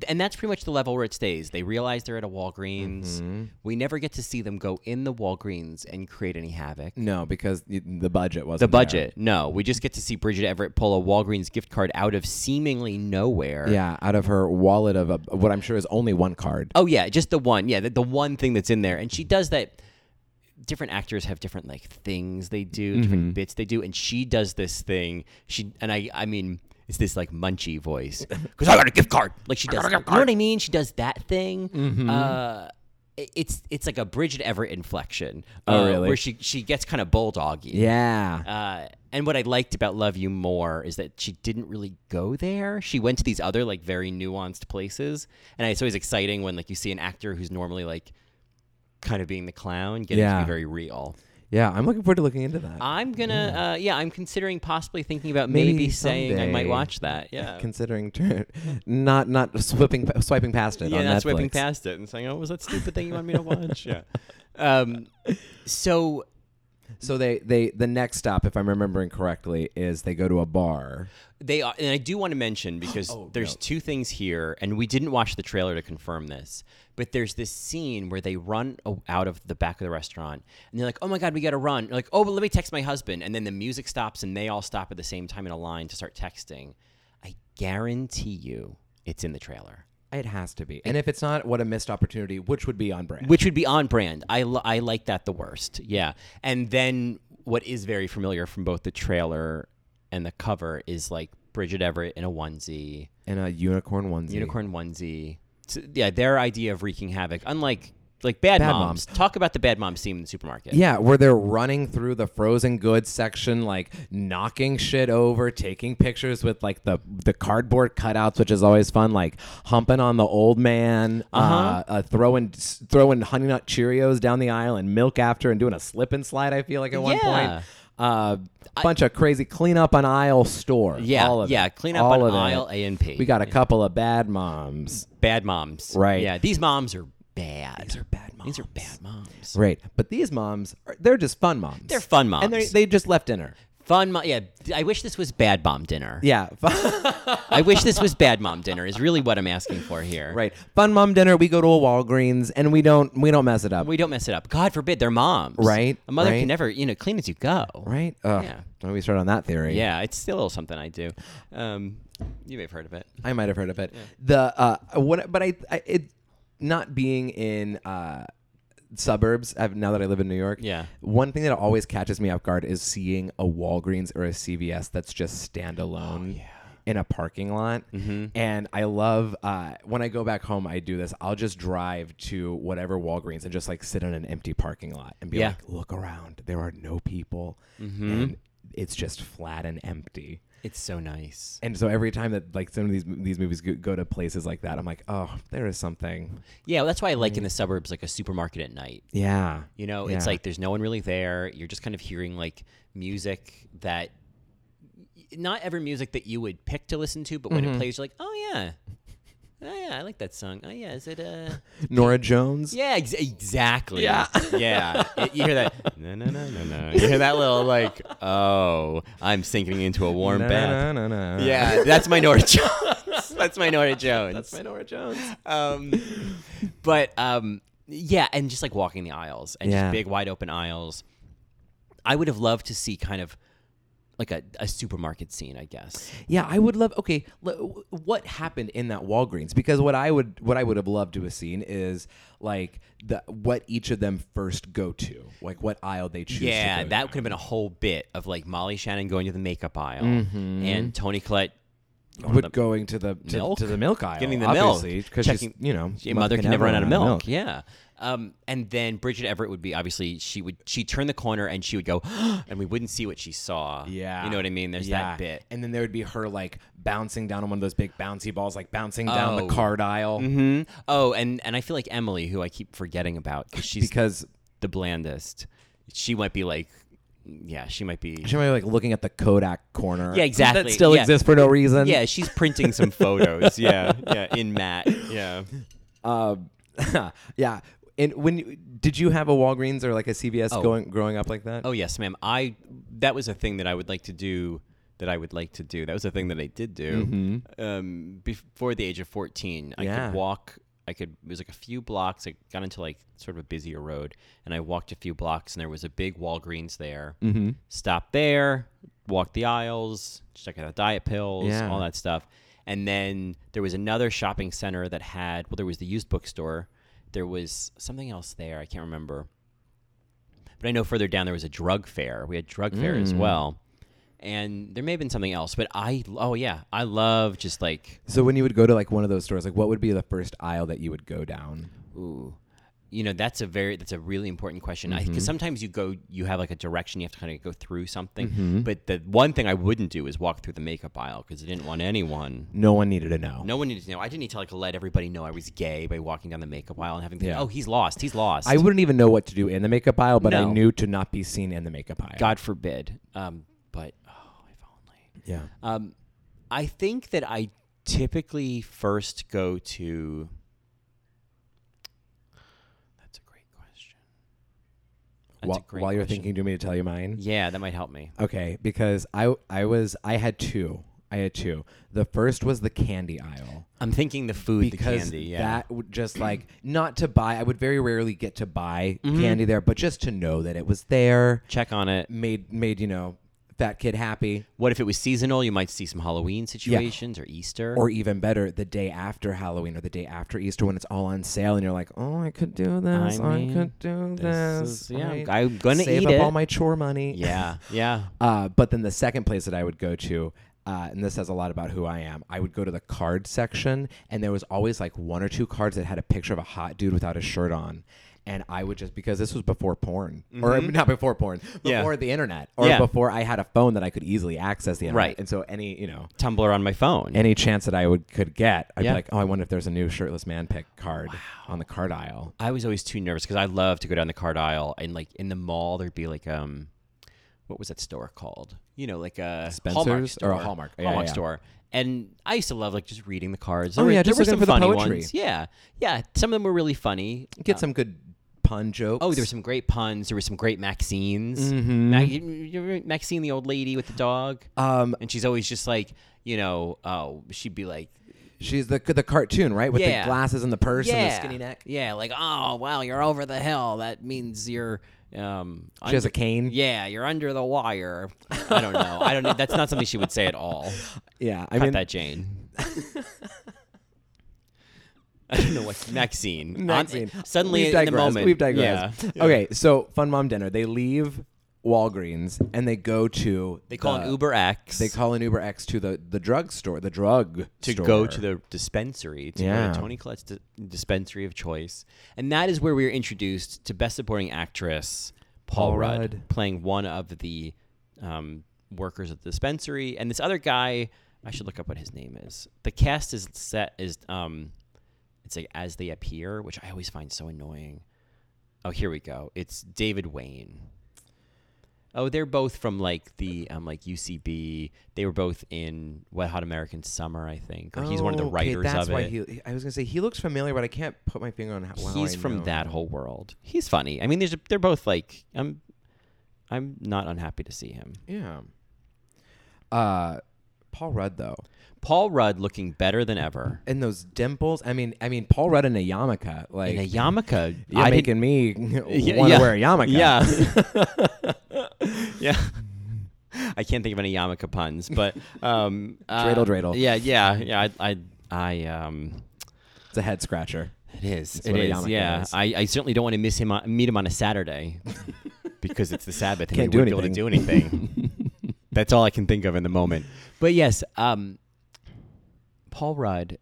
Speaker 1: and that's pretty much the level where it stays. They realize they're at a Walgreens.
Speaker 2: Mm-hmm.
Speaker 1: We never get to see them go in the Walgreens and create any havoc.
Speaker 2: No, because y- the budget wasn't
Speaker 1: The
Speaker 2: there.
Speaker 1: budget. No, we just get to see Bridget Everett pull a Walgreens gift card out of seemingly nowhere.
Speaker 2: Yeah, out of her wallet of a, what I'm sure is only one card.
Speaker 1: Oh yeah, just the one. Yeah, the, the one thing that's in there, and she does that. Different actors have different like things they do, different bits they do, and she does this thing. She and I, I mean, it's this like munchy voice because I got a gift card. Like she does, you know what I mean? She does that thing. Uh, i- it's it's like a Bridget Everett inflection.
Speaker 2: Oh,
Speaker 1: uh,
Speaker 2: really?
Speaker 1: Where she she gets kind of bulldoggy.
Speaker 2: Yeah.
Speaker 1: Uh, and what I liked about Love You More is that she didn't really go there. She went to these other like very nuanced places, and it's always exciting when like you see an actor who's normally like kind of being the clown getting to
Speaker 2: Yeah.
Speaker 1: be very real.
Speaker 2: yeah, I'm looking forward to looking into that.
Speaker 1: I'm gonna, yeah, uh, yeah I'm considering possibly thinking about maybe,
Speaker 2: Maybe
Speaker 1: saying I might
Speaker 2: someday.
Speaker 1: watch that. Yeah,
Speaker 2: Considering turn, not not swiping swiping past it
Speaker 1: yeah,
Speaker 2: on
Speaker 1: not
Speaker 2: Netflix.
Speaker 1: swiping past it and saying, "Oh, was that stupid thing you wanted me to watch?" yeah. Um, so
Speaker 2: So they they the next stop, if I'm remembering correctly, is they go to a bar.
Speaker 1: They are, and I do want to mention because there's two things here, and we didn't watch the trailer to confirm this, but there's this scene where they run o- out of the back of the restaurant, and they're like, "Oh my god, we got to run!" They're like, "Oh, but let me text my husband," and then the music stops, and they all stop at the same time in a line to start texting. I guarantee you, it's in the trailer,
Speaker 2: It has to be. And if it's not, what a missed opportunity, which would be on brand.
Speaker 1: which would be on brand. I li- I like that the worst, yeah. And then what is very familiar from both the trailer and the cover is like Bridget Everett in a onesie,
Speaker 2: in a unicorn onesie.
Speaker 1: unicorn onesie. So, yeah, their idea of wreaking havoc, unlike like Bad,
Speaker 2: Bad
Speaker 1: moms. Talk about the Bad Moms scene in the supermarket.
Speaker 2: Yeah, where they're running through the frozen goods section, like knocking shit over, taking pictures with like the the cardboard cutouts, which is always fun. Like humping on the old man, uh
Speaker 1: Uh-huh.
Speaker 2: uh, throwing throwing honey nut Cheerios down the aisle and milk after, and doing a slip and slide. I feel like at one
Speaker 1: Yeah.
Speaker 2: point. Uh, bunch of crazy cleanup on aisle store.
Speaker 1: Yeah,
Speaker 2: all of
Speaker 1: yeah,
Speaker 2: it.
Speaker 1: clean up
Speaker 2: All
Speaker 1: on
Speaker 2: of it.
Speaker 1: aisle A and P.
Speaker 2: We got a couple of bad moms.
Speaker 1: Bad moms.
Speaker 2: Right.
Speaker 1: Yeah, these moms are bad. These
Speaker 2: are bad
Speaker 1: These are
Speaker 2: moms.
Speaker 1: bad moms.
Speaker 2: Right, but these moms, are, they're just fun moms.
Speaker 1: They're fun
Speaker 2: and they
Speaker 1: moms.
Speaker 2: they just left dinner.
Speaker 1: Fun mom. Yeah, I wish this was Bad Mom dinner.
Speaker 2: Yeah,
Speaker 1: I wish this was Bad Mom dinner. Is really what I'm asking for here.
Speaker 2: Right. Fun mom dinner, we go to a Walgreens and we don't we don't mess it up.
Speaker 1: We don't mess it up. God forbid they're moms.
Speaker 2: Right,
Speaker 1: A mother
Speaker 2: right.
Speaker 1: can never, you know, clean as you go.
Speaker 2: right? Ugh.
Speaker 1: Yeah.
Speaker 2: Let me start on that theory.
Speaker 1: Yeah, it's still something I do. Um, you may have heard of it.
Speaker 2: I might have heard of it. The uh what but I, I it not being in uh suburbs I've, now that I live in New York.
Speaker 1: Yeah.
Speaker 2: One thing that always catches me off guard is seeing a Walgreens or a CVS that's just
Speaker 1: Oh,
Speaker 2: standalone. In a parking lot,
Speaker 1: Mm-hmm.
Speaker 2: and I love uh, when I go back home. I do this. I'll just drive to whatever Walgreens and just like sit in an empty parking lot and be
Speaker 1: Yeah. Mm-hmm.
Speaker 2: like, "Look around. There are no people, and it's just flat and empty."
Speaker 1: It's so nice.
Speaker 2: And so every time that like some of these these movies go, go to places like that, I'm like, "Oh, there is something."
Speaker 1: Yeah, well, that's why I
Speaker 2: Mm.
Speaker 1: like in the suburbs, like a supermarket at night.
Speaker 2: Yeah,
Speaker 1: You know, it's
Speaker 2: Yeah.
Speaker 1: like there's no one really there. You're just kind of hearing like music that not every music that you would pick to listen to, but when
Speaker 2: Mm-hmm.
Speaker 1: it plays, you're like, oh yeah, oh yeah, I like that song. Oh yeah, is it uh
Speaker 2: Nora Jones.
Speaker 1: yeah, ex- exactly. Yeah, yeah. It- you hear that? No, no, no, no, no. You hear that little like, oh, I'm sinking into a warm
Speaker 2: Na,
Speaker 1: bath.
Speaker 2: na, na, na.
Speaker 1: Yeah, that's my Nora Jones. That's my Nora Jones. That's
Speaker 2: my Nora Jones.
Speaker 1: um, but um, yeah, and just like walking the aisles and
Speaker 2: Yeah.
Speaker 1: just big wide open aisles. I would have loved to see kind of like a, a supermarket scene, I guess.
Speaker 2: Yeah, I would love. Okay, l- w- what happened in that Walgreens? Because what I would what I would have loved to have seen is like the what each of them first go to, like what aisle they choose.
Speaker 1: yeah,
Speaker 2: to go
Speaker 1: that
Speaker 2: down.
Speaker 1: could have been a whole bit of like Molly Shannon going to the makeup aisle and Tony Collette.
Speaker 2: But going to the to,
Speaker 1: Milk?
Speaker 2: to the milk aisle,
Speaker 1: Getting the
Speaker 2: obviously,
Speaker 1: milk,
Speaker 2: because
Speaker 1: checking-
Speaker 2: you know
Speaker 1: Your mother can never run out of milk. Yeah. Um, and then Bridget Everett would be obviously she would she turn the corner and she would go and we wouldn't see what she saw.
Speaker 2: Yeah,
Speaker 1: You know what I mean? There's
Speaker 2: Yeah.
Speaker 1: that bit.
Speaker 2: and then there would be her like bouncing down on one of those big bouncy balls, like bouncing down
Speaker 1: Oh.
Speaker 2: the card aisle
Speaker 1: hmm Oh, and and I feel like Emily, who I keep forgetting about, 'cause she's
Speaker 2: because
Speaker 1: the blandest. She might be like, yeah, she might be.
Speaker 2: she might be like looking at the Kodak corner.
Speaker 1: Yeah, exactly.
Speaker 2: That still
Speaker 1: Yeah.
Speaker 2: exists for no reason.
Speaker 1: Yeah, she's printing some photos. Yeah, yeah, in matte. Yeah.
Speaker 2: Um, yeah. And when you- did you have a Walgreens or like a CVS
Speaker 1: Oh.
Speaker 2: going growing up like that?
Speaker 1: Oh yes, ma'am. I that was a thing that I would like to do. That I would like to do. That was a thing that I did do. Um, before the age of fourteen, I
Speaker 2: Mm-hmm. Yeah.
Speaker 1: could walk. I could. It was like a few blocks. I got into like sort of a busier road, and I walked a few blocks, and there was a big Walgreens there. Mm-hmm. Stop there, walk the aisles, check out diet pills,
Speaker 2: Yeah.
Speaker 1: all that stuff. And then there was another shopping center that had. Well, there was the used bookstore. There was something else there. I can't remember. But I know further down there was a drug fair. We had drug fair as well. And there may have been something else, but I oh yeah, I love just like
Speaker 2: So when you would go to like one of those stores, like what would be the first aisle that you would go down?
Speaker 1: ooh, you know that's a very that's a really important question because sometimes you go you have like a direction you have to kind of go through something. But the one thing I wouldn't do is walk through the makeup aisle because I didn't want anyone.
Speaker 2: No one needed to know.
Speaker 1: No one needed to know. I didn't need to like let everybody know I was gay by walking down the makeup aisle and having to,
Speaker 2: Yeah.
Speaker 1: oh he's lost, he's lost.
Speaker 2: I wouldn't even know what to do in the makeup aisle, but I
Speaker 1: No.
Speaker 2: knew to not be seen in the makeup aisle.
Speaker 1: God forbid. Um, but oh, if only.
Speaker 2: Yeah.
Speaker 1: Um, I think that I typically first go to. That's a great question. That's
Speaker 2: While,
Speaker 1: a great
Speaker 2: while you're
Speaker 1: question.
Speaker 2: thinking, do you want me to tell you mine?
Speaker 1: yeah, that might help me.
Speaker 2: Okay, because I I was I had two. I had two. The first was the candy aisle.
Speaker 1: I'm thinking the food, the
Speaker 2: because
Speaker 1: candy. Yeah,
Speaker 2: that would just like not to buy. I would very rarely get
Speaker 1: Mm-hmm.
Speaker 2: to buy candy there, but just to know that it was there
Speaker 1: check on it.
Speaker 2: made made you know that kid happy.
Speaker 1: What if it was seasonal? You might see some Halloween situations or Easter.
Speaker 2: Or even better, the day after Halloween or the day after Easter when it's all on sale and you're like, oh, I could do this. I,
Speaker 1: mean,
Speaker 2: could do
Speaker 1: this
Speaker 2: this.
Speaker 1: is- yeah,
Speaker 2: I
Speaker 1: I'm gonna
Speaker 2: save
Speaker 1: eat
Speaker 2: up
Speaker 1: it."
Speaker 2: all my chore money.
Speaker 1: yeah, yeah.
Speaker 2: Uh, but then the second place that I would go to, uh, and this says a lot about who I am, I would go to the card section, and there was always like one or two cards that had a picture of a hot dude without a shirt on. And I would just because this was before porn, or not before porn,
Speaker 1: Mm-hmm. Yeah.
Speaker 2: before the internet, or
Speaker 1: Yeah.
Speaker 2: before I had a phone that I could easily access the internet.
Speaker 1: Right.
Speaker 2: And so any you know
Speaker 1: Tumblr on my phone.
Speaker 2: any chance that I would could get, I'd
Speaker 1: Yeah.
Speaker 2: be like, oh, I wonder if there's a new shirtless man pick card on the card aisle.
Speaker 1: I was always too nervous because I love to go down the card aisle and like in the mall there'd be like um, what was that store called? You know, like a Hallmark
Speaker 2: Spencer's
Speaker 1: store
Speaker 2: or a Hallmark. Yeah, yeah.
Speaker 1: store. And I used to love like just reading the cards.
Speaker 2: Oh,
Speaker 1: There were-
Speaker 2: yeah,
Speaker 1: there
Speaker 2: just
Speaker 1: were
Speaker 2: looking
Speaker 1: some
Speaker 2: for the
Speaker 1: funny
Speaker 2: poetry.
Speaker 1: ones. Yeah, yeah. Some of them were really funny.
Speaker 2: Get some good pun jokes.
Speaker 1: Uh. Oh, there were some great puns. There were some great Maxines.
Speaker 2: Mm-hmm.
Speaker 1: Ma- you- you remember Maxine, the old lady with the dog,
Speaker 2: Um,
Speaker 1: and she's always just like, you know, oh, she'd be like,
Speaker 2: she's the the cartoon right with
Speaker 1: Yeah.
Speaker 2: the glasses and the purse
Speaker 1: yeah,
Speaker 2: and the skinny neck.
Speaker 1: yeah, like, oh, wow, you're over the hill. That means you're. Um,
Speaker 2: She has
Speaker 1: under-
Speaker 2: a cane.
Speaker 1: Yeah, you're under the wire. I don't know. I don't. know. That's not something she would say at all.
Speaker 2: Yeah, I
Speaker 1: Cut
Speaker 2: mean,
Speaker 1: that, Jane. I don't know what Maxine. On-
Speaker 2: Maxine.
Speaker 1: suddenly,
Speaker 2: We've
Speaker 1: in the
Speaker 2: digressed.
Speaker 1: moment,
Speaker 2: We've digressed.
Speaker 1: Yeah.
Speaker 2: Okay, so Fun Mom Dinner. They leave Walgreens and they go to.
Speaker 1: They call
Speaker 2: the-
Speaker 1: an Uber X.
Speaker 2: Uh, They call an Uber X to the the drugstore, the drug
Speaker 1: to go to the dispensary, to go
Speaker 2: Yeah.
Speaker 1: to Tony Collette's di- dispensary of choice, and that is where we are introduced to Best Supporting Actress Paul,
Speaker 2: Paul
Speaker 1: Rudd,
Speaker 2: Rudd.
Speaker 1: playing one of the um, workers at the dispensary, and this other guy. I should look up what his name is. The cast is set is um, it's like as they appear, which I always find so annoying. Oh, here we go. It's David Wayne. Oh, they're both from like the um like UCB. They were both in Wet Hot American Summer, I think. Or he's one of the writers
Speaker 2: Oh, okay, that's
Speaker 1: of
Speaker 2: why
Speaker 1: it.
Speaker 2: He, I was gonna say he looks familiar, but I can't put my finger on how. how
Speaker 1: he's
Speaker 2: I
Speaker 1: from
Speaker 2: know.
Speaker 1: that whole world. He's funny. I mean, there's a, they're both like I'm. I'm not unhappy to see him.
Speaker 2: Yeah. Uh, Paul Rudd though,
Speaker 1: Paul Rudd looking better than ever
Speaker 2: and those dimples. I mean, I mean, Paul Rudd in a yarmulke, like
Speaker 1: in a yarmulke.
Speaker 2: you're
Speaker 1: I didn't-
Speaker 2: making me
Speaker 1: Yeah,
Speaker 2: want to
Speaker 1: yeah.
Speaker 2: wear a yarmulke.
Speaker 1: Yeah. yeah. I can't think of any yarmulke puns, but um, uh,
Speaker 2: Dreidel, dreidel.
Speaker 1: Yeah, yeah, yeah. I, I, I um,
Speaker 2: it's a head scratcher.
Speaker 1: it is,
Speaker 2: It's
Speaker 1: it
Speaker 2: what a
Speaker 1: is.
Speaker 2: yarmulke
Speaker 1: Yeah,
Speaker 2: is.
Speaker 1: I, I certainly don't want to miss him, on, meet him on a Saturday because it's the Sabbath and
Speaker 2: Can't
Speaker 1: we
Speaker 2: do
Speaker 1: wouldn't be able to do
Speaker 2: anything.
Speaker 1: anything. That's all I can think of in the moment. But yes, um, Paul Rudd,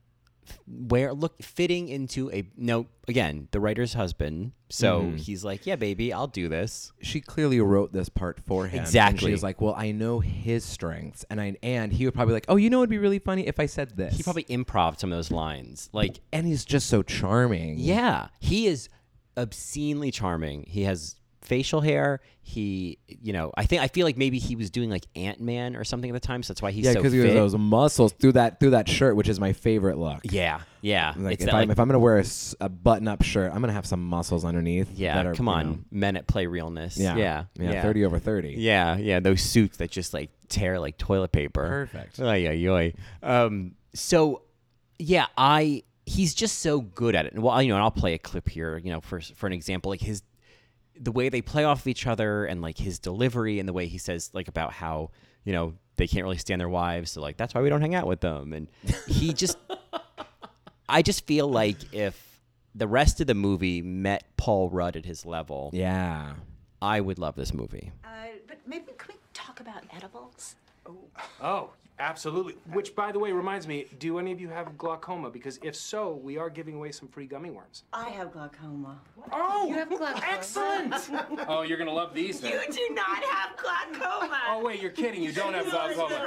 Speaker 1: f- where look fitting into a no again the writer's husband, so
Speaker 2: Mm-hmm.
Speaker 1: he's like, yeah, baby, I'll do this.
Speaker 2: she clearly wrote this part for him.
Speaker 1: Exactly.
Speaker 2: And she's like, well, I know his strengths, and I and he would probably like, oh, you know, it'd be really funny if I said this.
Speaker 1: He probably improv some of those lines. Like,
Speaker 2: and he's just so charming.
Speaker 1: yeah, he is obscenely charming. He has facial hair. He, you know, I think I feel like maybe he was doing like Ant Man or something at the time, so that's why he's
Speaker 2: yeah,
Speaker 1: so
Speaker 2: because he
Speaker 1: fit.
Speaker 2: has those muscles through that through that shirt, which is my favorite look.
Speaker 1: yeah, yeah.
Speaker 2: Like
Speaker 1: It's
Speaker 2: if,
Speaker 1: that,
Speaker 2: I'm,
Speaker 1: like-
Speaker 2: if I'm gonna wear a, s- a button-up shirt, I'm gonna have some muscles underneath.
Speaker 1: yeah,
Speaker 2: that are,
Speaker 1: come
Speaker 2: you
Speaker 1: on,
Speaker 2: know,
Speaker 1: men at play realness. Yeah,
Speaker 2: yeah,
Speaker 1: yeah,
Speaker 2: yeah, thirty over thirty.
Speaker 1: Yeah, yeah, those suits that just like tear like toilet paper.
Speaker 2: Perfect.
Speaker 1: Ay, ay, ay. Um, so, yeah, I he's just so good at it. And well, you know, and I'll play a clip here. You know, for for an example, like his the way they play off of each other and like his delivery and the way he says like about how you know they can't really stand their wives, so like that's why we don't hang out with them. And he just, I just feel like if the rest of the movie met Paul Rudd at his level,
Speaker 2: yeah.
Speaker 1: I would love this movie.
Speaker 3: Uh, but maybe can we talk about edibles?
Speaker 5: Oh, absolutely. Which, by the way, reminds me do any of you have glaucoma? Because if so, we are giving away some free gummy worms.
Speaker 6: I have glaucoma.
Speaker 5: Oh!
Speaker 6: You have glaucoma.
Speaker 5: Excellent! oh, you're gonna love these then.
Speaker 6: do not have glaucoma.
Speaker 5: Oh, wait, you're kidding. You don't have glaucoma.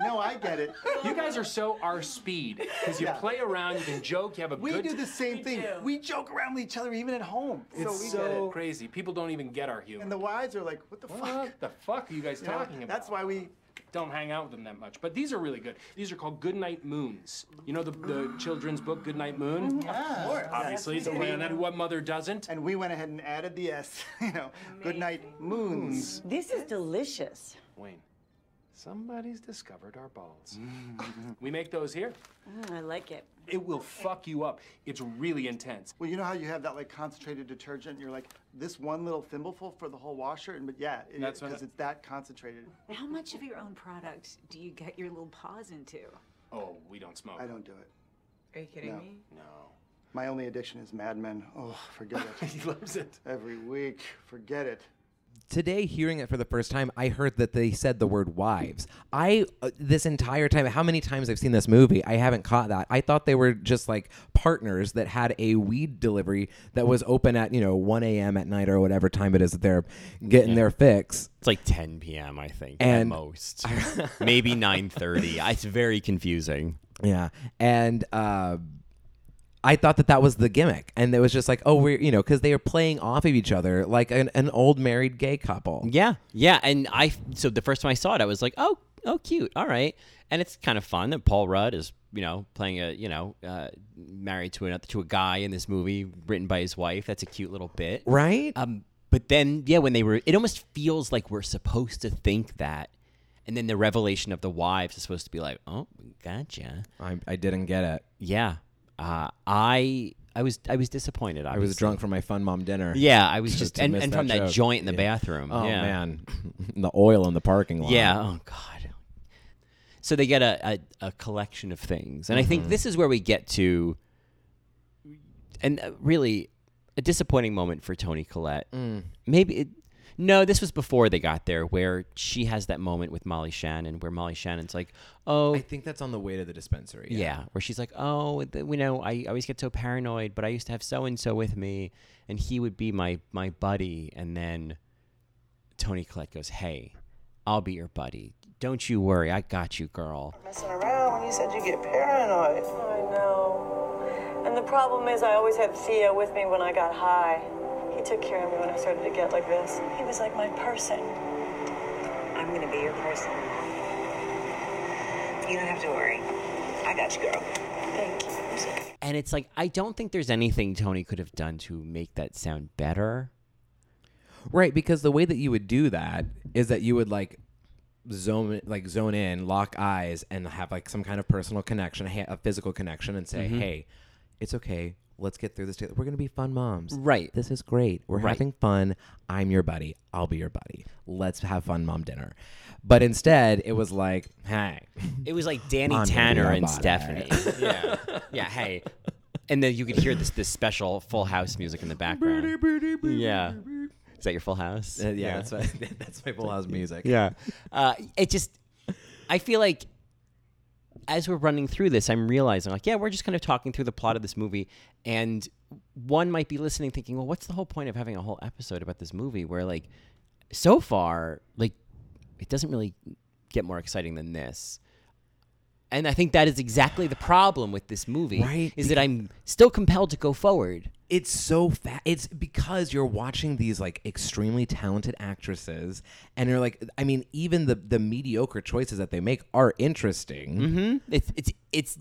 Speaker 7: No, I get it.
Speaker 5: You guys are so our speed. Because you play around, you can joke, you have a
Speaker 7: We
Speaker 5: good
Speaker 7: do the same thing. We joke around with each other even at home.
Speaker 5: It's
Speaker 7: so we
Speaker 5: so
Speaker 7: get it.
Speaker 5: crazy. People don't even get our humor.
Speaker 7: And the wives are like, what the fuck?
Speaker 5: what the fuck are you guys
Speaker 7: You know,
Speaker 5: talking about?
Speaker 7: That's why we.
Speaker 5: don't hang out with them that much. But these are really good. These are called Goodnight Moons. You know the, the children's book Goodnight
Speaker 7: Mm-hmm.
Speaker 5: Moon?
Speaker 7: Of course.
Speaker 5: Obviously, it's a play on that. What mother doesn't?
Speaker 7: And we went ahead and added the S. You know, good night moons.
Speaker 6: This is delicious.
Speaker 5: Wayne. Somebody's discovered our balls. we make those here.
Speaker 6: Oh, I like it.
Speaker 5: It will fuck you up. It's really intense.
Speaker 7: Well, you know how you have that like concentrated detergent. You're like this one little thimbleful for the whole washer, and but yeah, it,
Speaker 5: That's what
Speaker 7: because
Speaker 5: I-
Speaker 7: it's that concentrated.
Speaker 6: How much of your own product do you get your little paws into?
Speaker 5: Oh, we don't smoke.
Speaker 7: I don't do it.
Speaker 6: Are you kidding me?
Speaker 5: No.
Speaker 7: My only addiction is Mad Men. Oh, forget it.
Speaker 5: he loves it.
Speaker 7: Every week, forget it.
Speaker 2: today hearing it for the first time i heard that they said the word wives i uh, this entire time how many times i've seen this movie i haven't caught that i thought they were just like partners that had a weed delivery that was open at you know 1 a.m at night or whatever time it is that they're getting their fix
Speaker 1: It's like 10 p.m. I think
Speaker 2: And-
Speaker 1: at most, maybe 9:30. It's very confusing.
Speaker 2: yeah and uh I thought that that was the gimmick, and it was just like, oh, we're you know, because they are playing off of each other like an, an old married gay couple.
Speaker 1: Yeah, yeah, and I so the first time I saw it, I was like, oh, oh, cute, all right, and it's kind of fun that Paul Rudd is you know playing a you know uh, married to another to a guy in this movie written by his wife. That's a cute little bit,
Speaker 2: Right?
Speaker 1: Um, but then yeah, when they were, it almost feels like we're supposed to think that, and then the revelation of the wives is supposed to be like, oh, gotcha,
Speaker 2: I, I didn't get it.
Speaker 1: yeah. Uh, I I was I was disappointed.
Speaker 2: I was
Speaker 1: obviously.
Speaker 2: drunk from my fun mom dinner.
Speaker 1: Yeah, I was
Speaker 2: to-
Speaker 1: just
Speaker 2: to
Speaker 1: and,
Speaker 2: miss
Speaker 1: and
Speaker 2: that
Speaker 1: from that
Speaker 2: joke.
Speaker 1: joint in the
Speaker 2: Yeah.
Speaker 1: bathroom.
Speaker 2: Oh
Speaker 1: yeah.
Speaker 2: man, the oil in the parking lot.
Speaker 1: Yeah. Oh God. So they get a, a, a collection of things, and I
Speaker 2: Mm-hmm.
Speaker 1: think this is where we get to, and uh, really, a disappointing moment for Tony Collette.
Speaker 2: Mm.
Speaker 1: Maybe. It, no, this was before they got there, where she has that moment with Molly Shannon, where Molly Shannon's like, "Oh,
Speaker 2: I think that's on the way to the dispensary.
Speaker 1: yeah. where she's like, "Oh, th- you know, I always get so paranoid, but I used to have so and so with me, and he would be my my buddy." And then Tony Collette goes, "Hey, I'll be your buddy. Don't you worry, I got you, girl."
Speaker 8: messing around when you said you get paranoid. I know. And the problem is, I always had Theo with me when I got high. He took care of me when I started to get like this. He was like my person.
Speaker 3: I'm gonna be your person. You don't have to worry. I got you, girl.
Speaker 8: Thank you.
Speaker 1: And it's like I don't think there's anything Tony could have done to make that sound better.
Speaker 2: right. Because the way that you would do that is that you would like zone like zone in, lock eyes, and have like some kind of personal connection, ha- a physical connection, and say, "Hey, it's okay. Let's get through this together. We're gonna be fun moms.
Speaker 1: Right.
Speaker 2: This is great. We're
Speaker 1: Right.
Speaker 2: having fun. I'm your buddy. I'll be your buddy. Let's have fun, mom dinner." But instead, it was like, "Hey,
Speaker 1: It was like Danny
Speaker 2: I'm gonna be
Speaker 1: Tanner
Speaker 2: your
Speaker 1: and
Speaker 2: buddy.
Speaker 1: Stephanie. yeah, yeah. Hey, and then you could hear this this special Full House music in the background. yeah, is that your Full House?
Speaker 2: Uh, yeah, that's my that's my full house music.
Speaker 1: Yeah. Uh, it just, I feel like as we're running through this, I'm realizing, like, yeah, we're just kind of talking through the plot of this movie. And one might be listening thinking, well, what's the whole point of having a whole episode about this movie where, like, so far, like, it doesn't really get more exciting than this. And I think that is exactly the problem with this movie,
Speaker 2: Right,
Speaker 1: is that I'm still compelled to go forward.
Speaker 2: it's so fast. It's because you're watching these like extremely talented actresses, and you're like, I mean, even the the mediocre choices that they make are interesting.
Speaker 1: It's it's it's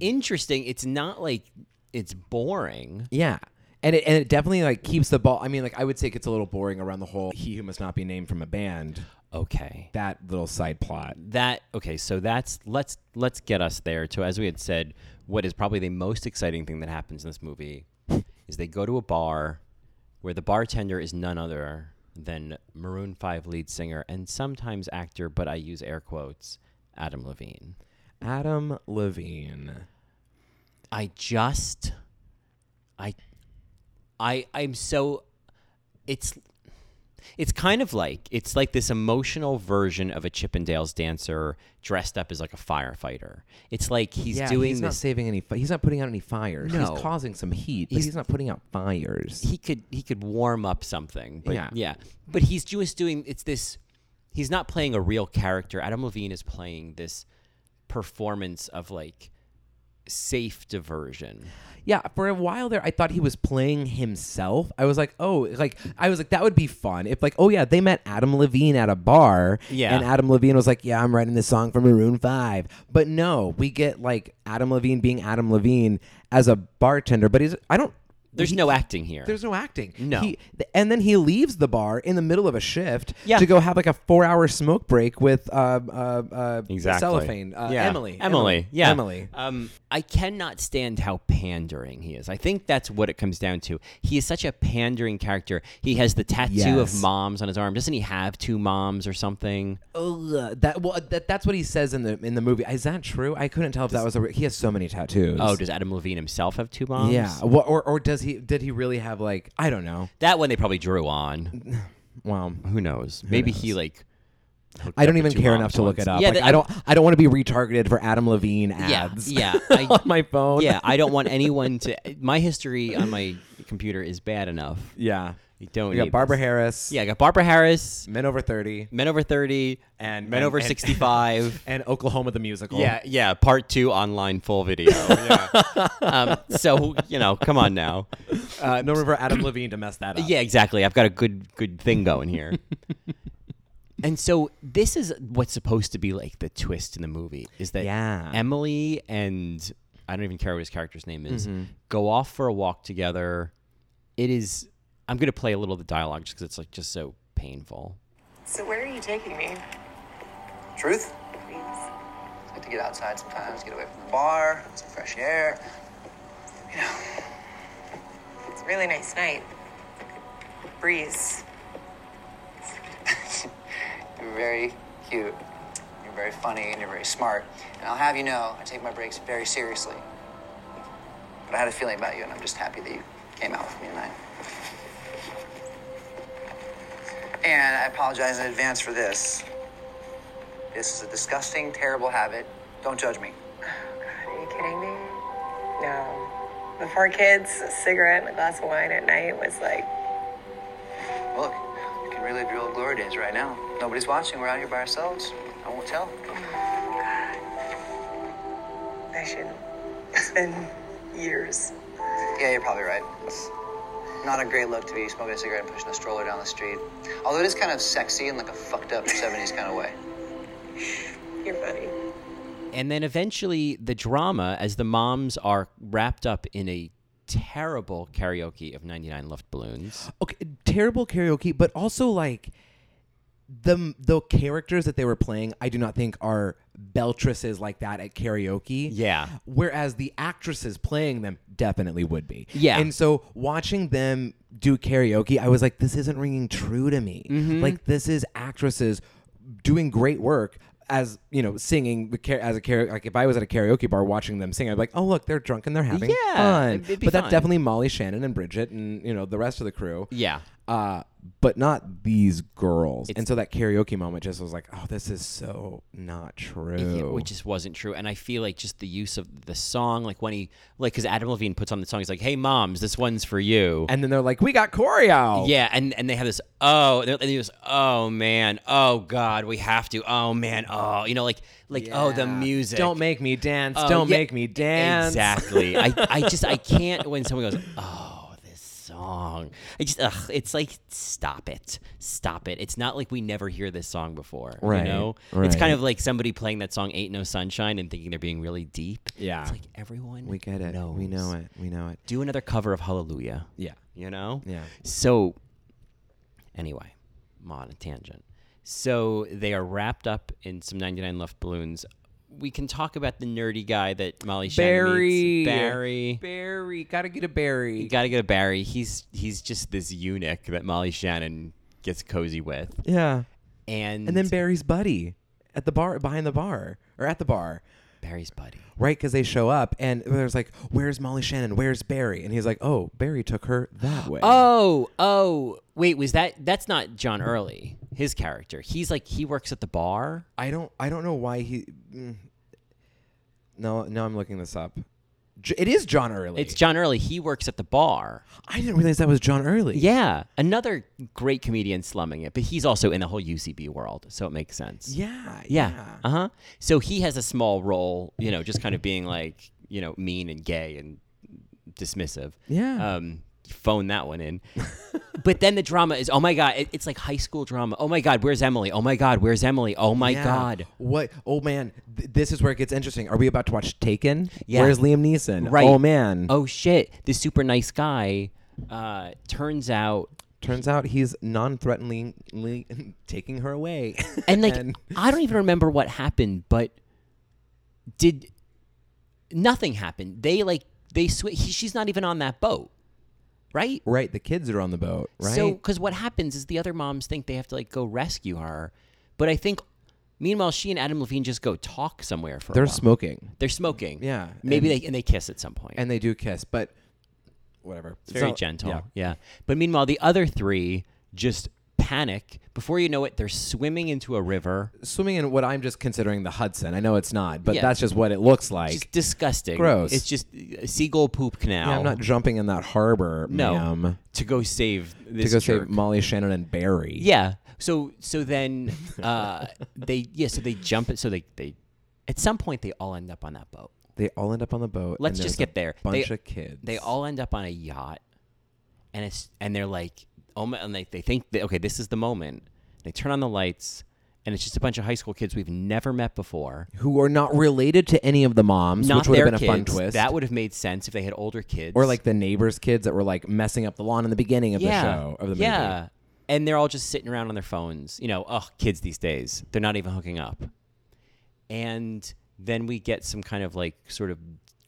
Speaker 1: interesting. It's not like it's boring.
Speaker 2: Yeah. And it, and it definitely like keeps the ball. I mean, like I would say, it gets a little boring around the whole "he who must not be named" from a band.
Speaker 1: Okay.
Speaker 2: That little side plot.
Speaker 1: that okay so that's let's let's get us there to as we had said what is probably the most exciting thing that happens in this movie is they go to a bar where the bartender is none other than maroon 5 lead singer and sometimes actor but i use air quotes adam levine
Speaker 2: Adam Levine.
Speaker 1: i just i i i'm so it's it's kind of like it's like this emotional version of a Chippendales dancer dressed up as like a firefighter. It's like he's
Speaker 2: yeah,
Speaker 1: doing
Speaker 2: He's not
Speaker 1: this.
Speaker 2: saving any. Fi- he's not putting out any fires.
Speaker 1: No.
Speaker 2: He's causing some heat, but
Speaker 1: He's-
Speaker 2: he's, not putting out fires.
Speaker 1: he could he could warm up something. But yeah,
Speaker 2: Yeah.
Speaker 1: But he's just doing it's this. He's not playing a real character. Adam Levine is playing this performance of like safe diversion.
Speaker 2: Yeah, for a while there, I thought he was playing himself. I was like, oh, like I was like, that would be fun if, like, oh yeah, they met Adam Levine at a bar,
Speaker 1: Yeah.
Speaker 2: and Adam Levine was like, yeah, I'm writing this song for Maroon Five, but no, we get like Adam Levine being Adam Levine as a bartender, but he's I don't
Speaker 1: There's no acting here.
Speaker 2: There's no acting.
Speaker 1: No.
Speaker 2: He, th- and then he leaves the bar in the middle of a shift
Speaker 1: Yeah.
Speaker 2: to go have like a four hour smoke break with uh, uh, uh,
Speaker 1: Exactly.
Speaker 2: cellophane. Uh,
Speaker 1: Yeah.
Speaker 2: Emily.
Speaker 1: Emily. Yeah.
Speaker 2: Emily.
Speaker 1: Um, I cannot stand how pandering he is. I think that's what it comes down to. He is such a pandering character. He has the tattoo
Speaker 2: Yes. Oh,
Speaker 1: of moms on his arm. Doesn't he have two moms or something?
Speaker 2: Ugh, that well, that, that's what he says in the in the movie. Is that true? I couldn't tell if that was a. Re- he has so many tattoos.
Speaker 1: Oh, does Adam Levine himself have two moms?
Speaker 2: yeah. Wha- or or does he? Did he really have like? I don't know.
Speaker 1: That one they probably drew on.
Speaker 2: Wow.
Speaker 1: Who knows? Maybe he like. hooked
Speaker 2: I don't
Speaker 1: up with
Speaker 2: even
Speaker 1: two
Speaker 2: care
Speaker 1: moms
Speaker 2: enough to look
Speaker 1: once.
Speaker 2: it up.
Speaker 1: Yeah,
Speaker 2: like,
Speaker 1: that-
Speaker 2: I don't. I don't want to be retargeted for Adam Levine
Speaker 1: Yeah,
Speaker 2: ads.
Speaker 1: yeah, I-
Speaker 2: on my phone.
Speaker 1: Yeah, I don't want anyone to. My history on my computer is bad enough.
Speaker 2: yeah.
Speaker 1: You don't.
Speaker 2: We got
Speaker 1: need
Speaker 2: Barbara
Speaker 1: this.
Speaker 2: Harris.
Speaker 1: Yeah, I got Barbara Harris,
Speaker 2: Men over thirty.
Speaker 1: Men Over Thirty,
Speaker 2: And-
Speaker 1: Men
Speaker 2: and-
Speaker 1: Over
Speaker 2: and-
Speaker 1: Sixty Five.
Speaker 2: and Oklahoma the musical.
Speaker 1: Yeah, yeah. Part two online full video. yeah. um, so you know, come on now.
Speaker 2: Uh, no room for Adam Levine to mess that up.
Speaker 1: Yeah, exactly. I've got a good good thing going here. and so this is what's supposed to be like the twist in the movie is that
Speaker 2: Yeah.
Speaker 1: Emily and I don't even care what his character's name is go off for a walk together. It is. I'm gonna play a little of the dialogue just because it's like just so painful.
Speaker 8: So where are you taking me?
Speaker 9: Truth? It's good to get outside sometimes, get away from the bar, some fresh air.
Speaker 8: It's a really nice night. Breeze.
Speaker 9: You're very cute. You're very funny and you're very smart. And I'll have you know, I take my breaks very seriously. But I had a feeling about you, and I'm just happy that you came out with me tonight. And I apologize in advance for this. This is a disgusting, terrible habit. Don't judge me.
Speaker 8: Are you kidding me? No. Before kids, a cigarette and a glass of wine at night was like,
Speaker 9: Look, you can relive your old glory days right now. Nobody's watching. We're out here by ourselves. I won't tell.
Speaker 8: I shouldn't. It's been years.
Speaker 9: Yeah, you're probably right. Not a great look to be smoking a cigarette and pushing a stroller down the street. Although it is kind of sexy in like a fucked up 70s kind of way.
Speaker 8: You're funny.
Speaker 1: And then eventually, the drama as the moms are wrapped up in a terrible karaoke of 99 Luft Balloons.
Speaker 2: Okay, terrible karaoke, but also like the the characters that they were playing, I do not think are beltresses like that at karaoke.
Speaker 1: Yeah.
Speaker 2: Whereas the actresses playing them definitely would be.
Speaker 1: Yeah.
Speaker 2: And so watching them do karaoke, I was like, this isn't ringing true to me.
Speaker 1: Mm-hmm.
Speaker 2: Like this is actresses doing great work as you know, singing the kara- as a karaoke. Like if I was at a karaoke bar watching them sing, I'd be like, oh look, they're drunk and they're having
Speaker 1: Yeah,
Speaker 2: fun.
Speaker 1: it'd- it'd be
Speaker 2: but that's
Speaker 1: fun.
Speaker 2: definitely Molly Shannon and Bridget and you know the rest of the crew
Speaker 1: Yeah.
Speaker 2: uh, but not these girls. and so that karaoke moment just was like, oh, this is so not true.
Speaker 1: Yeah, which just wasn't true. And I feel like just the use of the song, like when he, like, because Adam Levine puts on the song, he's like, "Hey, moms, this one's for you."
Speaker 2: and oh. then they're like, we got choreo.
Speaker 1: yeah, and and they have this, oh, and he was, oh man, oh god, we have to, oh man, oh, you know, like, like, oh, the
Speaker 2: Yeah.
Speaker 1: music.
Speaker 2: Don't make me dance.
Speaker 1: Oh,
Speaker 2: Don't
Speaker 1: yeah,
Speaker 2: make me dance.
Speaker 1: Exactly. I, I just, I can't when someone goes, oh, this song. I just, ugh, it's like, stop it. Stop it. It's not like we never hear this song before.
Speaker 2: Right,
Speaker 1: You know? It's
Speaker 2: right.
Speaker 1: kind of like somebody playing that song, Ain't No Sunshine, and thinking they're being really deep.
Speaker 2: Yeah.
Speaker 1: It's like everyone
Speaker 2: We get it.
Speaker 1: knows.
Speaker 2: We know it. We know it.
Speaker 1: Do another cover of Hallelujah.
Speaker 2: Yeah.
Speaker 1: You know?
Speaker 2: Yeah.
Speaker 1: So, anyway, I'm on a tangent. So they are wrapped up in some 99 Luft balloons. We can talk about the nerdy guy that Molly Shannon
Speaker 2: Barry.
Speaker 1: meets. Barry.
Speaker 2: Barry. Gotta get a Barry.
Speaker 1: You gotta go to Barry. He's he's just this eunuch that Molly Shannon gets cozy with,
Speaker 2: yeah.
Speaker 1: and
Speaker 2: And then Barry's buddy at the bar, behind the bar, or at the bar.
Speaker 1: Barry's buddy.
Speaker 2: Right, because they show up and there's like, "Where's Molly Shannon? Where's Barry?" And he's like, "Oh, Barry took her that way."
Speaker 1: Oh, oh, wait, was that that's not John Early, his character. He's like he works at the bar.
Speaker 2: I don't I don't know why he. mm. No, no, I'm looking this up. J- It is John Early.
Speaker 1: It's John Early. He works at the bar.
Speaker 2: I didn't realize that was John Early.
Speaker 1: Yeah, another great comedian slumming it, but he's also in the whole UCB world, so it makes sense.
Speaker 2: yeah,
Speaker 1: Yeah. Uh huh. So he has a small role, you know, just kind of being like, you know, mean and gay and dismissive.
Speaker 2: Yeah.
Speaker 1: Um, phone that one in. but then the drama is, oh my god, it- it's like high school drama. Oh my god, where's Emily? Oh my god, where's Emily? Oh my
Speaker 2: Yeah.
Speaker 1: god.
Speaker 2: What? Oh man, th- this is where it gets interesting. Are we about to watch Taken?
Speaker 1: Yeah.
Speaker 2: Where's Liam Neeson?
Speaker 1: Right.
Speaker 2: Oh man.
Speaker 1: Oh shit, this super nice guy uh, turns out
Speaker 2: Turns out he's non-threateningly taking her away.
Speaker 1: and like I don't even remember what happened, but did nothing happened. They like they sw- he, she's not even on that boat, right?
Speaker 2: right, the kids are on the boat. Right.
Speaker 1: So because what happens is the other moms think they have to like go rescue her, but I think meanwhile she and Adam Levine just go talk somewhere for. a
Speaker 2: they're
Speaker 1: while.
Speaker 2: smoking,
Speaker 1: They're smoking.
Speaker 2: Yeah,
Speaker 1: Maybe
Speaker 2: and-
Speaker 1: they and they kiss at some point.
Speaker 2: and they do kiss, but whatever.
Speaker 1: It's very gentle. Yeah. But meanwhile, the other three just panic. Before you know it, they're swimming into a river.
Speaker 2: Swimming in what I'm just considering the Hudson. I know it's not, but
Speaker 1: Yeah.
Speaker 2: that's just what it looks like.
Speaker 1: It's just disgusting.
Speaker 2: Gross.
Speaker 1: It's just a seagull poop canal.
Speaker 2: Yeah, I'm not jumping in that harbor,
Speaker 1: no
Speaker 2: ma'am,
Speaker 1: to go save this
Speaker 2: to go
Speaker 1: jerk.
Speaker 2: save Molly Shannon and Barry.
Speaker 1: Yeah. So so then uh, they yeah so they jump it so they they at some point they all end up on that boat.
Speaker 2: They all end up on the boat.
Speaker 1: Let's
Speaker 2: and
Speaker 1: just
Speaker 2: there's
Speaker 1: get there.
Speaker 2: A bunch
Speaker 1: they,
Speaker 2: of kids.
Speaker 1: They all end up on a yacht, and it's and they're like, oh my, and they, they think that okay, this is the moment. They turn on the lights, and it's just a bunch of high school kids we've never met before.
Speaker 2: who are not related to any of the moms,
Speaker 1: Not
Speaker 2: which would
Speaker 1: their
Speaker 2: have been
Speaker 1: kids.
Speaker 2: a fun twist.
Speaker 1: That would have made sense if they had older kids,
Speaker 2: or like the neighbors' kids that were like messing up the lawn in the beginning of
Speaker 1: yeah,
Speaker 2: the show of the movie.
Speaker 1: yeah. And they're all just sitting around on their phones. You know, oh, kids these days, they're not even hooking up. And then we get some kind of like sort of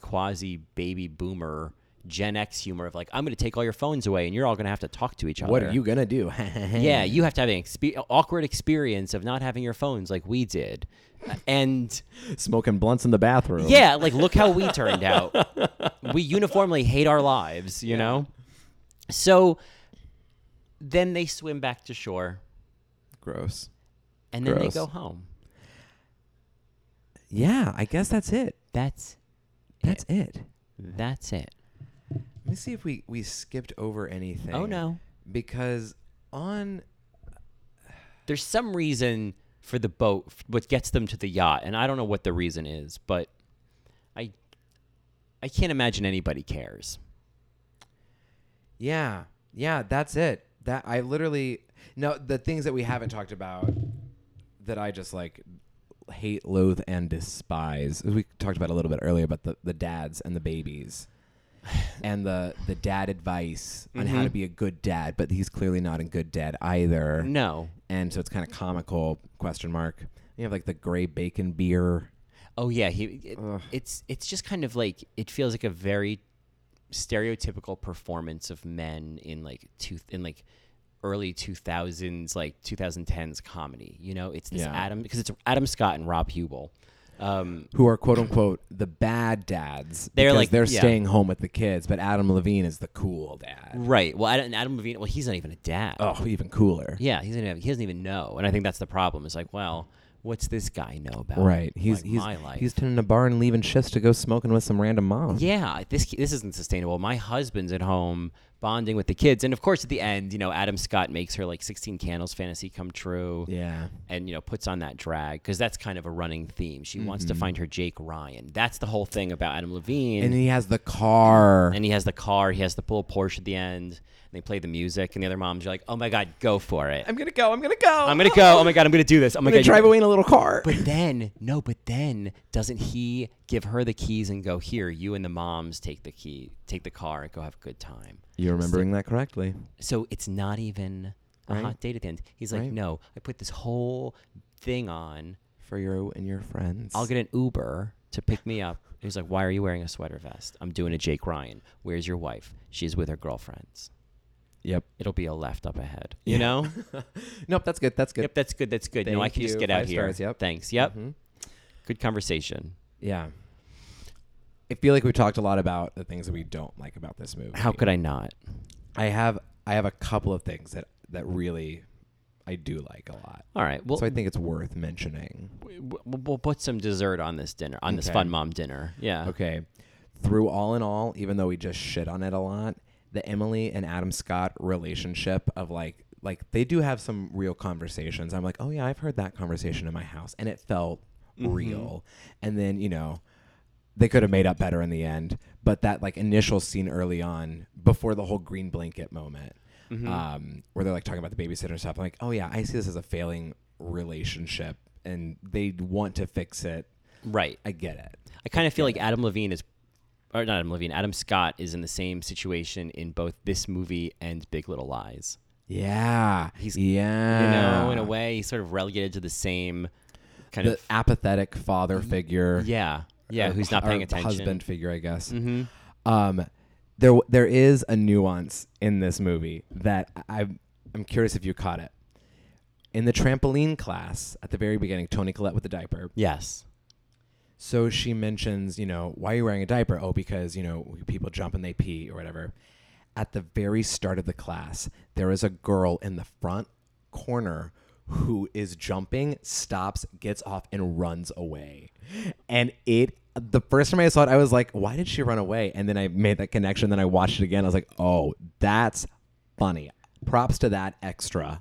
Speaker 1: quasi baby boomer Gen X humor of like, I'm going to take all your phones away, and you're all going to have to talk to each other.
Speaker 2: What are you gonna do?
Speaker 1: Yeah, you have to have an expe- awkward experience of not having your phones like we did. Uh, And
Speaker 2: smoking blunts in the bathroom.
Speaker 1: yeah, like look how we turned out. We uniformly hate our lives, you know? So then they swim back to shore
Speaker 2: gross.
Speaker 1: and then
Speaker 2: Gross.
Speaker 1: they go home.
Speaker 2: Yeah, I guess that's it.
Speaker 1: That's
Speaker 2: That's it.
Speaker 1: that's it.
Speaker 2: Let me see if we we skipped over anything.
Speaker 1: Oh no.
Speaker 2: because on
Speaker 1: There's some reason for the boat f- what gets them to the yacht and I don't know what the reason is, but I I can't imagine anybody cares.
Speaker 2: yeah yeah that's it. That I literally no the things that we haven't talked about that I just like hate, loathe, and despise. We talked about a little bit earlier about the, the dads and the babies. and the the dad advice on
Speaker 1: Mm-hmm.
Speaker 2: how to be a good dad, but he's clearly not a good dad either.
Speaker 1: No.
Speaker 2: and so it's kind of comical question mark you have like the gray bacon beer
Speaker 1: Oh yeah, he. It, it's it's just kind of like it feels like a very stereotypical performance of men in like two in like early 2000s like 2010s comedy you know it's this
Speaker 2: Yeah.
Speaker 1: adam because it's adam scott and rob hubel um
Speaker 2: who are quote unquote the bad dads
Speaker 1: They're
Speaker 2: because
Speaker 1: like-
Speaker 2: they're
Speaker 1: yeah.
Speaker 2: staying home with the kids but adam levine is the cool dad
Speaker 1: right well adam, adam levine well he's not even a dad
Speaker 2: oh even cooler
Speaker 1: yeah he's not even, he doesn't even know and i think that's the problem it's like well what's this guy know about
Speaker 2: right he's
Speaker 1: like,
Speaker 2: he's
Speaker 1: my life
Speaker 2: he's turning a bar and leaving shifts to go smoking with some random mom
Speaker 1: yeah, this this isn't sustainable. My husband's at home bonding with the kids, and of course, at the end, you know, Adam Scott makes her like sixteen candles fantasy come true.
Speaker 2: yeah
Speaker 1: And you know puts on that drag because that's kind of a running theme. She wants to find her Jake Ryan. That's the whole thing about Adam Levine.
Speaker 2: Mm-hmm. and he has the car
Speaker 1: And he has the car. He has the little Porsche at the end. And they play the music. And the other moms are like, "Oh my god, go for it! I'm,
Speaker 2: gonna go i'm gonna go
Speaker 1: gonna go! Oh my god, I'm gonna do this! Oh my
Speaker 2: i'm gonna
Speaker 1: god, you-
Speaker 2: drive away in a little car
Speaker 1: but then, no, but then doesn't he give her the keys and go, here, you and the moms take the key, take the car and go have a good time.
Speaker 2: you're remembering that correctly
Speaker 1: So it's not even a
Speaker 2: Right.
Speaker 1: hot date at the end. He's like,
Speaker 2: Right.
Speaker 1: no, I put this whole thing on.
Speaker 2: for you and your friends
Speaker 1: I'll get an Uber to pick me up. And he's like, why are you wearing a sweater vest? I'm doing a Jake Ryan. Where's your wife? She's with her girlfriends.
Speaker 2: yep
Speaker 1: It'll be a left up ahead. You know?
Speaker 2: nope that's good that's good
Speaker 1: yep, that's good. That's good. no, I
Speaker 2: Thank
Speaker 1: can just
Speaker 2: you.
Speaker 1: get out
Speaker 2: Five
Speaker 1: here.
Speaker 2: stars, yep. Mm-hmm.
Speaker 1: Thanks. Yep. Good conversation.
Speaker 2: Yeah. I feel like we talked a lot about the things that we don't like about this movie.
Speaker 1: How could I not?
Speaker 2: I have I have a couple of things that that really I do like a lot.
Speaker 1: All right. Well,
Speaker 2: so I think it's worth mentioning.
Speaker 1: w- w- we'll put some dessert on this dinner, on this
Speaker 2: Okay.
Speaker 1: fun mom dinner. Yeah.
Speaker 2: Okay. Through all in all, even though we just shit on it a lot, the Emily and Adam Scott relationship of like like they do have some real conversations. I'm like, "Oh yeah, I've heard that conversation in my house." And it felt real. And then, you know, they could have made up better in the end. But that like initial scene early on, before the whole green blanket moment,
Speaker 1: Mhm.
Speaker 2: um, where they're like talking about the babysitter and stuff, I'm like, oh yeah, I see this as a failing relationship, and they want to fix it.
Speaker 1: Right.
Speaker 2: I get it.
Speaker 1: I kind of feel like Adam Levine is, or not Adam Levine, Adam Scott is in the same situation in both this movie and Big Little Lies.
Speaker 2: Yeah, he's yeah,
Speaker 1: You know, in a way, he's sort of relegated to the same kind
Speaker 2: Ah. the
Speaker 1: of. Mm-hmm.
Speaker 2: apathetic father figure.
Speaker 1: Yeah. Yeah,
Speaker 2: or
Speaker 1: who's not
Speaker 2: hu-
Speaker 1: paying
Speaker 2: or
Speaker 1: attention.
Speaker 2: Husband figure, I guess.
Speaker 1: Mhm.
Speaker 2: Um, there w- there is a nuance in this movie that I I'm curious if you caught it. In the trampoline class at the very beginning, Tony Collette with the diaper.
Speaker 1: Yes.
Speaker 2: So she mentions, you know, why are you wearing a diaper? Oh, because, you know, people jump and they pee or whatever. At the very start of the class, there is a girl in the front corner who is jumping, stops, gets off, and runs away. And it, the first time I saw it, I was like, why did she run away? And then I made that connection. Then I watched it again. I was like, oh, that's funny. Props to that extra.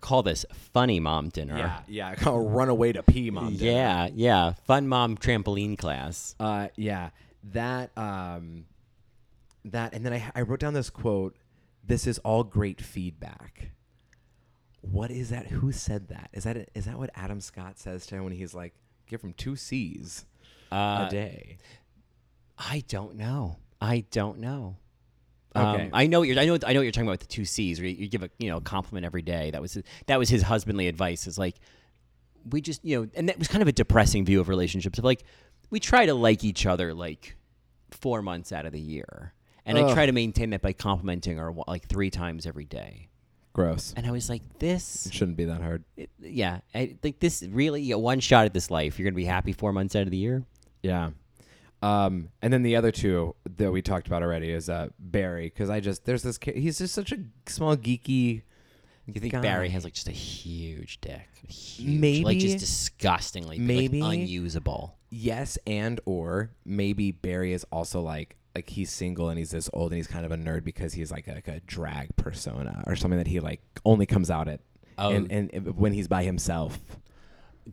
Speaker 1: Call this funny mom dinner.
Speaker 2: Yeah, yeah. run away to pee, mom. did.
Speaker 1: Yeah, yeah. Fun mom trampoline class.
Speaker 2: Uh, yeah, that um, that, and then I, I wrote down this quote: "This is all great feedback." What is that? Who said that? Is that is that what Adam Scott says to him when he's like, "Give him two C's
Speaker 1: Uh,
Speaker 2: a day"?
Speaker 1: I don't know. I don't know.
Speaker 2: Okay.
Speaker 1: Um, I know what you're. I know. I know what you're talking about with the two C's. Where you, you give a you know compliment every day. That was his, that was his husbandly advice. Is like we just you know, and that was kind of a depressing view of relationships. Of like we try to like each other like four months out of the year, and I
Speaker 2: Ugh.
Speaker 1: try to maintain that by complimenting her wa- like three times every day.
Speaker 2: Gross.
Speaker 1: And I was like, this,
Speaker 2: It shouldn't be that hard.
Speaker 1: it- yeah, I like this really you know, one shot at this life. You're gonna be happy four months out of the year.
Speaker 2: Yeah. Um, and then the other two that we talked about already is uh, Barry because I just there's this kid, he's just such a small geeky.
Speaker 1: You think
Speaker 2: guy.
Speaker 1: Barry has like just a huge dick? Huge, like
Speaker 2: Maybe-
Speaker 1: just disgustingly, like,
Speaker 2: maybe-
Speaker 1: unusable.
Speaker 2: yes and or maybe barry is also like like he's single and he's this old and he's kind of a nerd because he's like a, like a drag persona or something that he like only comes out at
Speaker 1: Oh.
Speaker 2: and, and, and when he's by himself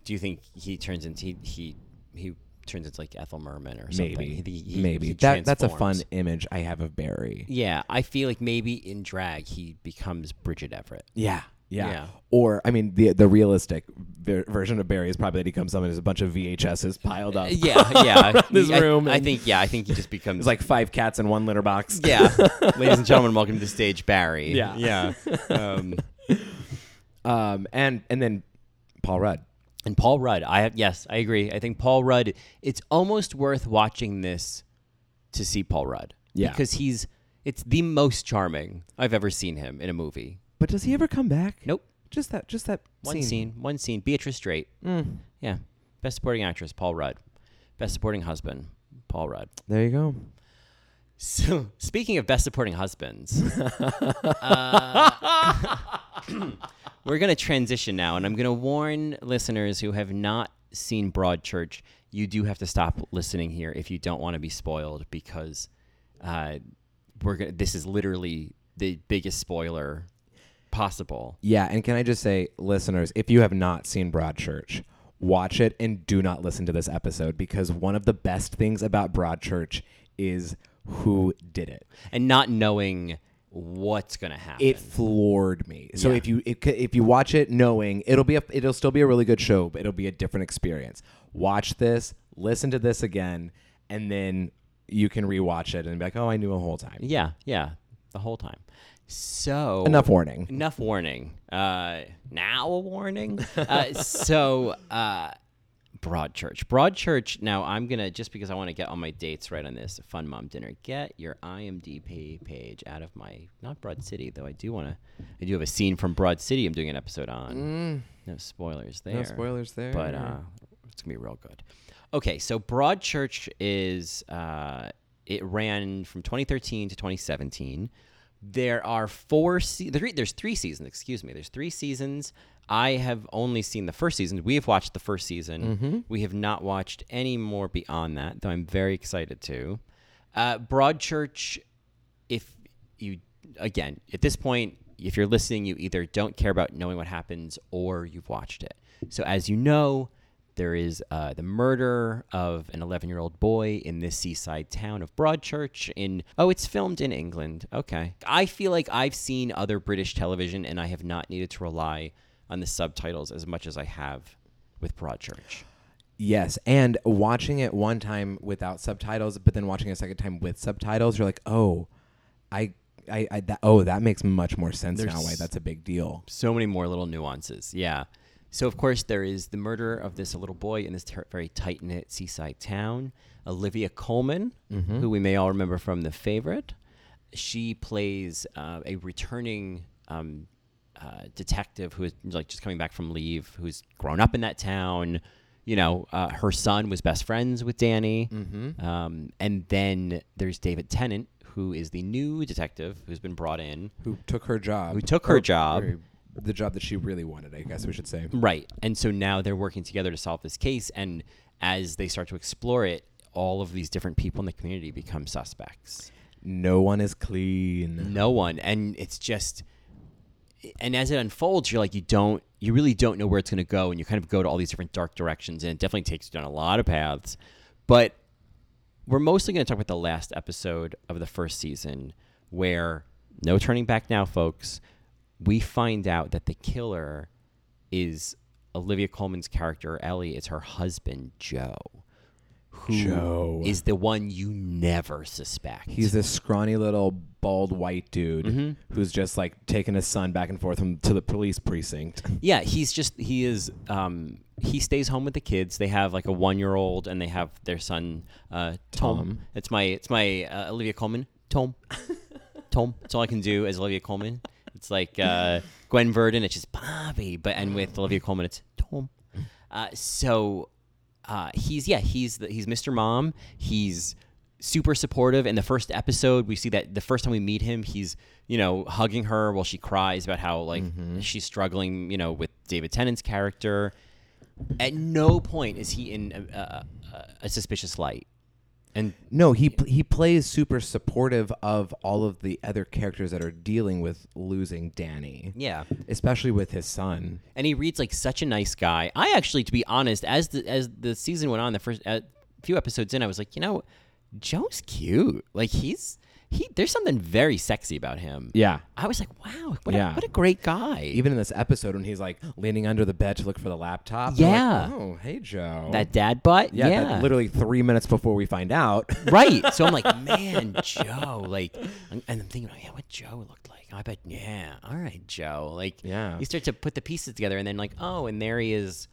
Speaker 1: Do you think he turns into he he, he turns into like Ethel Merman or something?
Speaker 2: maybe
Speaker 1: He- he-
Speaker 2: maybe
Speaker 1: he
Speaker 2: that that's a fun
Speaker 1: transforms.
Speaker 2: image i have of barry
Speaker 1: Yeah, I feel like maybe in drag he becomes Bridget Everett.
Speaker 2: yeah yeah,
Speaker 1: Yeah.
Speaker 2: or i mean the the realistic ver- version of barry is probably that he comes up and there's a bunch of vhs's piled up
Speaker 1: Yeah, yeah.
Speaker 2: this
Speaker 1: I-
Speaker 2: room
Speaker 1: I
Speaker 2: and-
Speaker 1: think yeah, I think he just becomes
Speaker 2: it's like five cats in one litter box
Speaker 1: yeah, ladies and gentlemen, welcome to the stage, Barry.
Speaker 2: Yeah.
Speaker 1: yeah. Um,
Speaker 2: um and and then paul rudd
Speaker 1: And Paul Rudd, I have yes, I agree. I think Paul Rudd. It's almost worth watching this to see Paul Rudd.
Speaker 2: Yeah.
Speaker 1: because he's it's the most charming I've ever seen him in a movie.
Speaker 2: but does he ever come back
Speaker 1: Nope,
Speaker 2: just that just that
Speaker 1: one scene, Mm. one scene. Beatrice Straight. Yeah, best supporting actress, Paul Rudd. Best supporting husband, Paul Rudd.
Speaker 2: There you go.
Speaker 1: So speaking of best supporting husbands, uh, we're going to transition now, and I'm going to warn listeners who have not seen Broadchurch, you do have to stop listening here if you don't want to be spoiled, because uh, we're gonna, this is literally the biggest spoiler possible.
Speaker 2: Yeah, and can I just say, listeners, if you have not seen Broadchurch, watch it and do not listen to this episode because one of the best things about Broadchurch is who did it.
Speaker 1: And not knowing what's going to happen.
Speaker 2: It floored me. So
Speaker 1: Yeah.
Speaker 2: if you it, c- if you watch it knowing it'll be a, it'll still be a really good show, but it'll be a different experience. Watch this, listen to this again, and then you can rewatch it and be like, "Oh, I knew a whole time."
Speaker 1: yeah, yeah, the whole time. So
Speaker 2: Enough warning.
Speaker 1: enough warning. Uh, now a warning. Uh, so, uh, Broadchurch. Broadchurch. Now I'm gonna just because I want to get all my dates right on this fun mom dinner. Get your IMDb page out of my not Broad City though. I do want to. I do have a scene from Broad City. I'm doing an episode on. No spoilers there.
Speaker 2: Mm. spoilers there.
Speaker 1: But uh, it's gonna be real good. Okay, so Broadchurch is uh, it ran from 2013 to 2017. There are four. Se- there- there's three seasons. Excuse me. There's three seasons. I have only seen the first season. We have watched the first season. We have not watched any more beyond that, though. I'm very excited to. Uh, Broadchurch if you again at this point if you're listening you either don't care about knowing what happens or you've watched it so as you know There is uh, the murder of an 11 year old boy in this seaside town of Broadchurch. In oh, it's filmed in England. Okay, I feel like I've seen other British television, and I have not needed to rely on the subtitles as much as I have with Broadchurch.
Speaker 2: Yes, and watching it one time without subtitles, but then watching it a second time with subtitles, you're like, oh, I, I, I that, oh, that makes much more sense now.
Speaker 1: There's-
Speaker 2: Why that's a big deal.
Speaker 1: So many more little nuances. Yeah. So, of course, there is the murder of this little boy in this ter- very tight knit seaside town. Olivia Coleman, who we may all remember from The Favorite, she plays uh, a returning um, uh, detective who is like just coming back from leave, who's grown up in that town. You know, uh, her son was best friends with Danny. Um, and then there's David Tennant, who is the new detective who's been brought in.
Speaker 2: Who took her job?
Speaker 1: Who took her
Speaker 2: or-
Speaker 1: job.
Speaker 2: or The job that she really wanted, I guess we should say.
Speaker 1: Right. And so now they're working together to solve this case. And as they start to explore it, all of these different people in the community become suspects.
Speaker 2: No one is clean.
Speaker 1: No one. And it's just, and as it unfolds, you're like, you don't, you really don't know where it's going to go. And you kind of go to all these different dark directions. And it definitely takes you down a lot of paths. But we're mostly going to talk about the last episode of the first season where no turning back now folks we find out that the killer is olivia coleman's character ellie it's her husband joe who is
Speaker 2: Joe.
Speaker 1: the one you never suspect
Speaker 2: He's this scrawny little bald white dude
Speaker 1: Mm-hmm.
Speaker 2: who's just like taking his son back and forth from, to the police precinct.
Speaker 1: yeah he's just he is um he stays home with the kids they have like a one year old and they have their son uh tom, it's my it's my uh, olivia coleman tom tom it's all i can do as olivia coleman it's like uh gwen verdon it's just bobby but and with olivia coleman it's tom uh so uh he's yeah he's the, he's mr mom he's super supportive in the first episode we see that the first time we meet him he's you know hugging her while she cries about how like she's struggling you know with david tennant's character at no point is he in a, a, a, a suspicious light and
Speaker 2: No, he pl- he plays super supportive of all of the other characters that are dealing with losing Danny.
Speaker 1: yeah
Speaker 2: Especially with his son.
Speaker 1: and he reads like such a nice guy i actually to be honest as the as the season went on the first uh, few episodes in i was like you know joe's cute like he's he there's something very sexy about him
Speaker 2: Yeah.
Speaker 1: i was like wow what, a,
Speaker 2: Yeah.
Speaker 1: what a great guy
Speaker 2: Even in this episode when he's like leaning under the bed to look for the laptop. I'm like,
Speaker 1: Yeah.
Speaker 2: oh, hey Joe.
Speaker 1: That dad butt?
Speaker 2: yeah, that literally three minutes before we find out.
Speaker 1: right. So I'm like, man, Joe. Like, and I'm thinking, oh, yeah, what Joe looked like. I bet, yeah, all right, Joe. Like,
Speaker 2: Yeah.
Speaker 1: you start to put the pieces together, and then like, oh, and there he is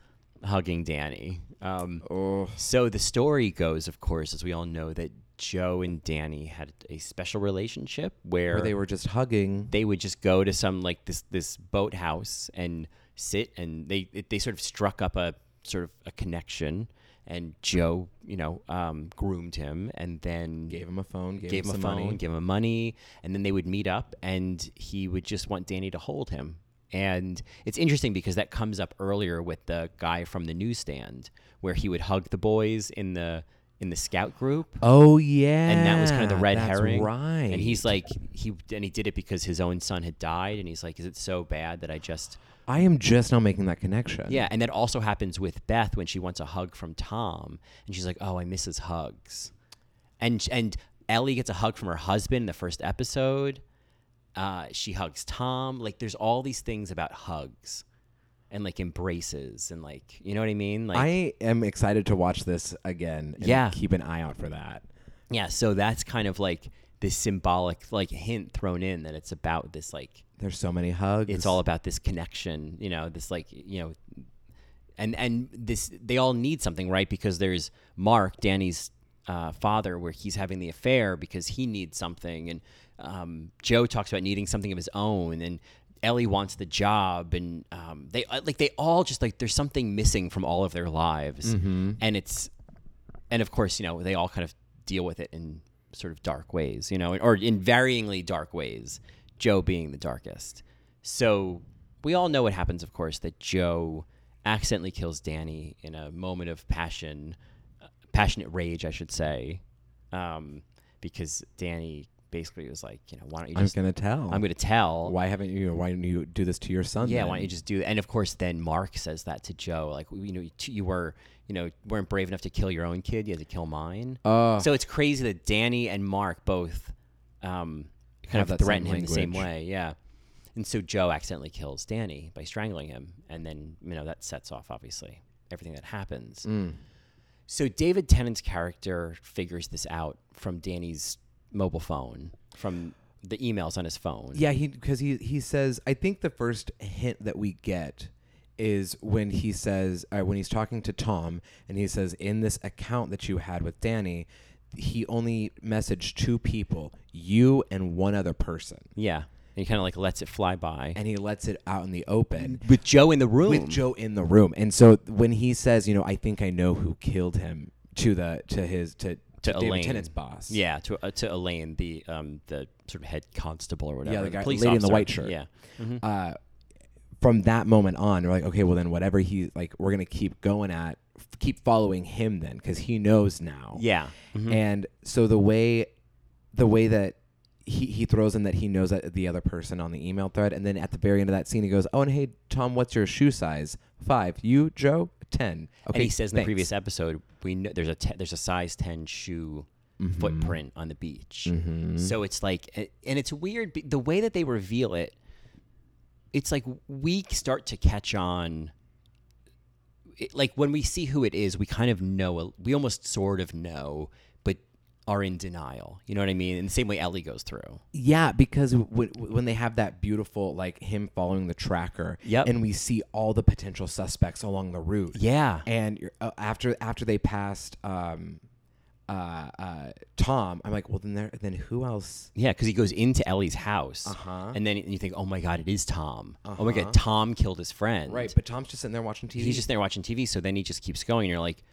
Speaker 1: hugging Danny. Um,
Speaker 2: Oh.
Speaker 1: So the story goes, of course, as we all know, that Joe and Danny had a special relationship where,
Speaker 2: Where they were just hugging.
Speaker 1: they would just go to some like this this boathouse and sit and they it- they sort of struck up a sort of a connection and Joe you know um, groomed him and then
Speaker 2: gave him a phone, gave,
Speaker 1: gave
Speaker 2: him,
Speaker 1: him a
Speaker 2: some
Speaker 1: phone
Speaker 2: money.
Speaker 1: gave him money and then they would meet up and he would just want Danny to hold him and it's interesting because that comes up earlier with the guy from the newsstand where he would hug the boys in the in the scout group
Speaker 2: Oh yeah.
Speaker 1: and that was kind of the red
Speaker 2: that's
Speaker 1: herring.
Speaker 2: Right.
Speaker 1: And he's like, he and he did it because his own son had died, and he's like, is it so bad that I just
Speaker 2: I am just now making that connection.
Speaker 1: yeah? And that also happens with Beth when she wants a hug from Tom, and she's like, oh, I miss his hugs, and and Ellie gets a hug from her husband in the first episode. Uh, she hugs Tom. Like, there's all these things about hugs, and like embraces, and like, you know what I mean? Like,
Speaker 2: I am excited to watch this again. and
Speaker 1: Yeah.
Speaker 2: Keep an eye out for that.
Speaker 1: yeah. So that's kind of like this symbolic like hint thrown in that it's about this like
Speaker 2: There's so many hugs.
Speaker 1: it's all about this connection you know this like you know and and this they all need something right because there's mark danny's uh, father where he's having the affair because he needs something and um, joe talks about needing something of his own and ellie wants the job and um, they uh, like they all just like there's something missing from all of their lives and it's and of course you know they all kind of deal with it in sort of dark ways you know or in varyingly dark ways joe being the darkest so we all know what happens of course that joe accidentally kills danny in a moment of passion uh, passionate rage i should say um, because danny basically was like, you know, why don't you
Speaker 2: I'm
Speaker 1: just
Speaker 2: gonna tell.
Speaker 1: I'm gonna tell.
Speaker 2: Why haven't you? Why didn't you do this to your son?
Speaker 1: yeah,
Speaker 2: then?
Speaker 1: why don't you just do that? And of course, then Mark says that to Joe, like, you know, you, you were, you know, weren't brave enough to kill your own kid. You had to kill mine.
Speaker 2: Oh.
Speaker 1: so it's crazy that Danny and Mark both um, kind
Speaker 2: Have
Speaker 1: of
Speaker 2: that
Speaker 1: threaten him
Speaker 2: same
Speaker 1: the same
Speaker 2: language.
Speaker 1: way. Yeah. And so Joe accidentally kills Danny by strangling him. And then, you know, that sets off, obviously, everything that happens.
Speaker 2: Mm.
Speaker 1: So David Tennant's character figures this out from Danny's mobile phone, from the emails on his phone.
Speaker 2: Yeah, he because he he says I think the first hint that we get is when he says uh, when he's talking to Tom and he says in this account that you had with Danny, he only messaged two people, you and one other person,
Speaker 1: Yeah. And he kind of like lets it fly by.
Speaker 2: and he lets it out in the open.
Speaker 1: with Joe in the room.
Speaker 2: with Joe in the room. And so when he says, you know, I think I know who killed him to the to his to
Speaker 1: to
Speaker 2: David
Speaker 1: Elaine,
Speaker 2: Tennant's boss.
Speaker 1: Yeah, to uh, to Elaine, the um the sort of head constable or whatever.
Speaker 2: the guy-
Speaker 1: police
Speaker 2: lady in the
Speaker 1: officer.
Speaker 2: white shirt.
Speaker 1: Yeah,
Speaker 2: Uh, from that moment on, we're like, okay, well then whatever he like, we're gonna keep going at, f- keep following him then because he knows now.
Speaker 1: yeah.
Speaker 2: Mm-hmm. And so the way, the way that. He, he throws in that he knows that the other person on the email thread, and then at the very end of that scene, he goes, "Oh, and hey, Tom, what's your shoe size? Five. You, Joe, ten. Okay."
Speaker 1: and he says in the
Speaker 2: thanks."
Speaker 1: previous episode, we know there's a te- there's a size ten shoe
Speaker 2: Mm-hmm.
Speaker 1: footprint on the beach. So it's like, a- and it's weird be- the way that they reveal it. It's like we start to catch on. It, like when we see who it is, we kind of know. a- We almost sort of know, but are in denial. You know what I mean? In the same way Ellie goes through.
Speaker 2: Yeah, because when, when they have that beautiful like him following the tracker,
Speaker 1: Yep.
Speaker 2: and we see all the potential suspects along the route.
Speaker 1: Yeah.
Speaker 2: and you're, uh, after after they passed um, uh, uh, Tom, I'm like, well then there, then who else?
Speaker 1: Yeah, because he goes into Ellie's house,
Speaker 2: Uh-huh.
Speaker 1: and then you think, "Oh my God, it is Tom! Oh my God, Tom killed his friend!"
Speaker 2: Right, but Tom's just sitting there watching TV.
Speaker 1: he's just there watching TV. So then he just keeps going. And you're like,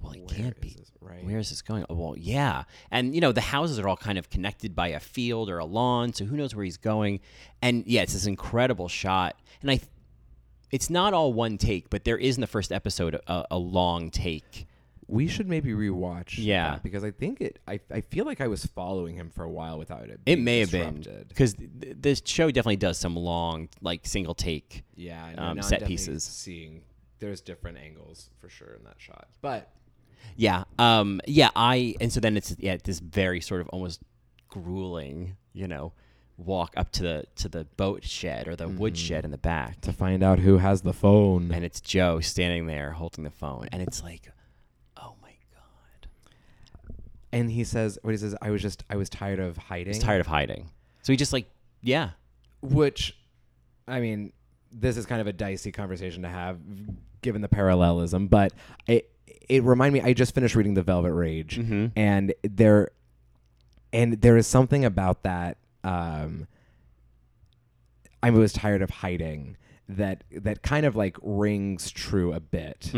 Speaker 1: "Well, it can't be.
Speaker 2: this? Right.
Speaker 1: Where is this going? Oh, well, yeah." And you know, the houses are all kind of connected by a field or a lawn, so who knows where he's going? And yeah, it's this incredible shot, and I. Th- it's not all one take, but there is in the first episode a, a long take.
Speaker 2: we should maybe rewatch.
Speaker 1: Yeah.
Speaker 2: that, because I think it. I, I feel like I was following him for a while without it.
Speaker 1: It
Speaker 2: being
Speaker 1: may have been
Speaker 2: disrupted.
Speaker 1: because th- th- this show definitely does some long, like single take.
Speaker 2: Yeah, and
Speaker 1: um,
Speaker 2: now I'm
Speaker 1: set
Speaker 2: definitely
Speaker 1: pieces.
Speaker 2: Seeing there's different angles for sure in that shot, but
Speaker 1: Yeah. Um yeah, I and so then it's yeah, this very sort of almost grueling, you know, walk up to the to the boat shed or the wood shed in Mm-hmm. the back.
Speaker 2: to find out who has the phone.
Speaker 1: And it's Joe standing there holding the phone and it's like oh my god.
Speaker 2: And he says, "What he says, I was just, I was tired of hiding."
Speaker 1: He's tired of hiding. So he just like yeah.
Speaker 2: Which, I mean, this is kind of a dicey conversation to have, given the parallelism. But it, it reminded me. I just finished reading *The Velvet Rage*, and there, and there is something about that. Um, I was tired of hiding. That that kind of like rings true a bit.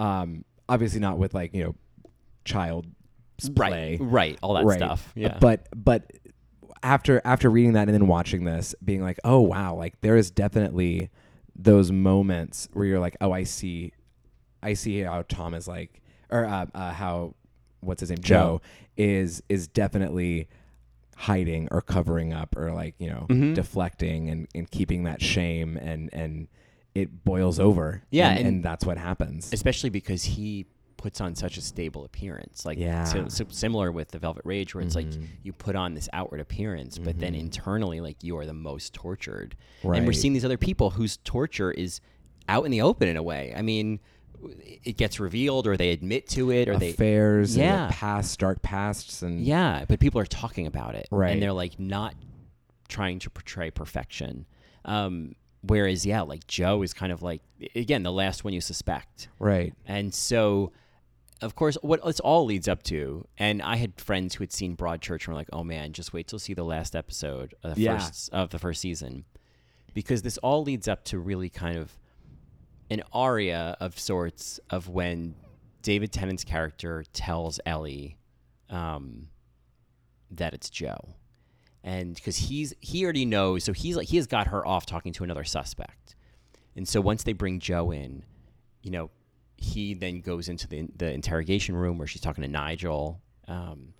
Speaker 2: Um, obviously not with like you know, child
Speaker 1: Right.
Speaker 2: play
Speaker 1: Right. All that stuff.
Speaker 2: uh,
Speaker 1: Yeah.
Speaker 2: But but after after reading that and then watching this, being like, oh wow, like there is definitely those moments where you're like, oh, I see, I see how Tom is like, or uh, uh, how what's his name, Joe, is is definitely hiding or covering up or like you know
Speaker 1: Mm-hmm.
Speaker 2: deflecting and, and keeping that shame and and it boils over
Speaker 1: Yeah,
Speaker 2: and,
Speaker 1: and-
Speaker 2: and that's what happens
Speaker 1: especially because he puts on such a stable appearance like
Speaker 2: Yeah. Mm-hmm.
Speaker 1: si- si- similar with the velvet rage where it's like you put on this outward appearance but then internally like you are the most tortured and we're
Speaker 2: Right.
Speaker 1: seeing these other people whose torture is out in the open in a way i mean w- it gets revealed or they admit to it or they
Speaker 2: affairs and their
Speaker 1: Yeah.
Speaker 2: past dark pasts and
Speaker 1: yeah, but people are talking about it,
Speaker 2: Right.
Speaker 1: And they're like not trying to portray perfection. Um, whereas, yeah, like Joe is kind of like a- again the last one you suspect,
Speaker 2: Right.
Speaker 1: And so, of course, what this all leads up to, and I had friends who had seen Broadchurch and were like, "Oh man, just wait till see the last episode of the
Speaker 2: Yeah.
Speaker 1: first of the first season," because this all leads up to really kind of an aria of sorts of when David Tennant's character tells Ellie um, that it's Joe, and because he's he already knows, so he's like he has got her off talking to another suspect, and so once they bring Joe in, you know, he then goes into the the interrogation room where she's talking to Nigel, um,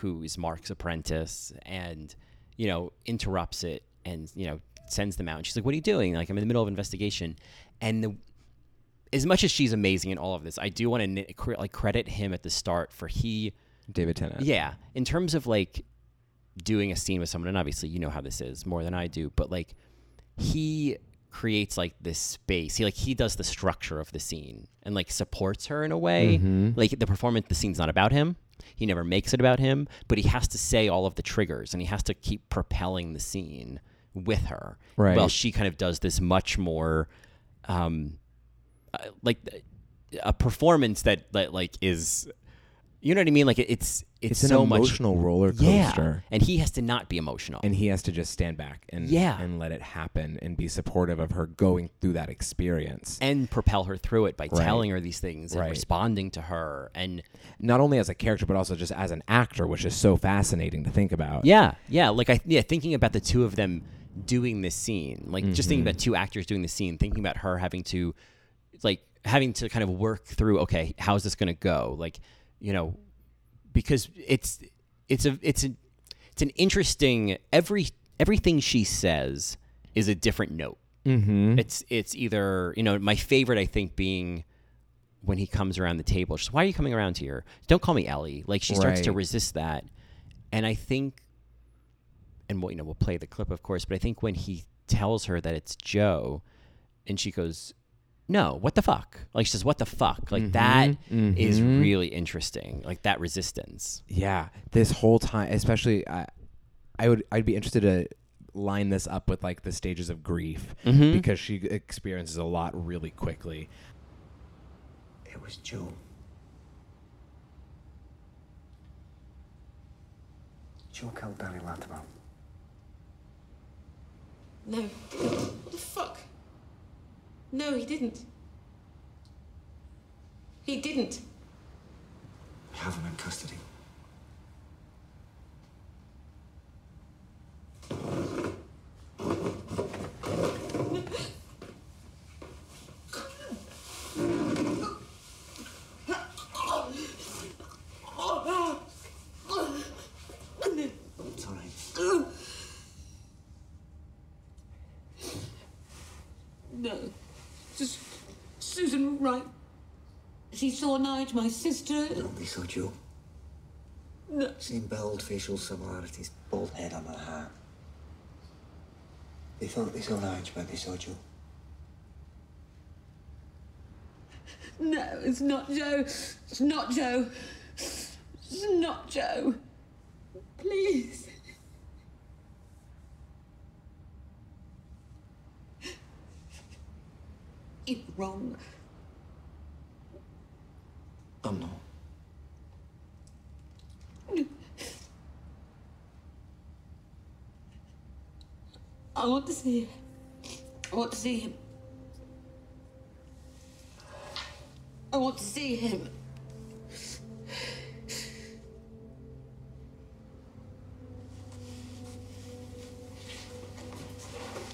Speaker 1: who is Mark's apprentice, and you know interrupts it and you know sends them out. And she's like, "What are you doing?" Like I'm in the middle of investigation, and the as much as she's amazing in all of this, I do want to like credit him at the start for he
Speaker 2: David Tennant.
Speaker 1: yeah, in terms of like doing a scene with someone, and obviously you know how this is more than I do, but like he creates like this space. He like he does the structure of the scene and like supports her in a way. Like the performance, the scene's not about him. He never makes it about him, but he has to say all of the triggers and he has to keep propelling the scene with her.
Speaker 2: Right.
Speaker 1: While she kind of does this much more, um, uh, like a performance that, that like is, you know what I mean? Like it, it's, it's,
Speaker 2: It's an
Speaker 1: so
Speaker 2: emotional
Speaker 1: much,
Speaker 2: roller
Speaker 1: Yeah.
Speaker 2: coaster.
Speaker 1: And he has to not be emotional.
Speaker 2: and he has to just stand back and
Speaker 1: Yeah.
Speaker 2: and let it happen and be supportive of her going through that experience.
Speaker 1: and propel her through it by
Speaker 2: Right.
Speaker 1: telling her these things and
Speaker 2: Right. Uh,
Speaker 1: responding to her and
Speaker 2: Not only as a character, but also just as an actor, which is so fascinating to think about.
Speaker 1: yeah yeah like i yeah thinking about the two of them doing this scene like just
Speaker 2: Mm-hmm.
Speaker 1: thinking about two actors doing the scene thinking about her having to like having to kind of work through okay how's this going to go like you know because it's it's a it's a it's an interesting every everything she says is a different note
Speaker 2: Mm-hmm.
Speaker 1: it's it's either you know my favorite I think being when he comes around the table. She's why are you coming around here? Don't call me Ellie. Like she starts to
Speaker 2: Right.
Speaker 1: resist that, and I think, and we'll, you know we'll play the clip of course, but I think when he tells her that it's Joe, and she goes. No, what the fuck? Like she says, what the fuck? Like that is
Speaker 2: mhm.
Speaker 1: really interesting. Like that resistance.
Speaker 2: yeah this whole time especially i i would i'd be interested to line this up with like the stages of grief
Speaker 1: Mm-hmm.
Speaker 2: because she experiences a lot really quickly
Speaker 10: It was Joe. Joe killed Barry Latimer.
Speaker 11: No. What the fuck? No, he didn't. He didn't.
Speaker 10: We have him in custody. It's all right.
Speaker 11: No. Sus- Susan Wright. She saw Nige, my sister.
Speaker 10: Nobody saw Joe.
Speaker 11: No.
Speaker 10: Same build, facial similarities, bald head on a hat. They thought they saw Nige, but they saw Joe.
Speaker 11: No, it's not Joe. It's not Joe. It's not Joe. Please. You're wrong.
Speaker 10: I'm not.
Speaker 11: I want to see him. I want to see him. I want to see him.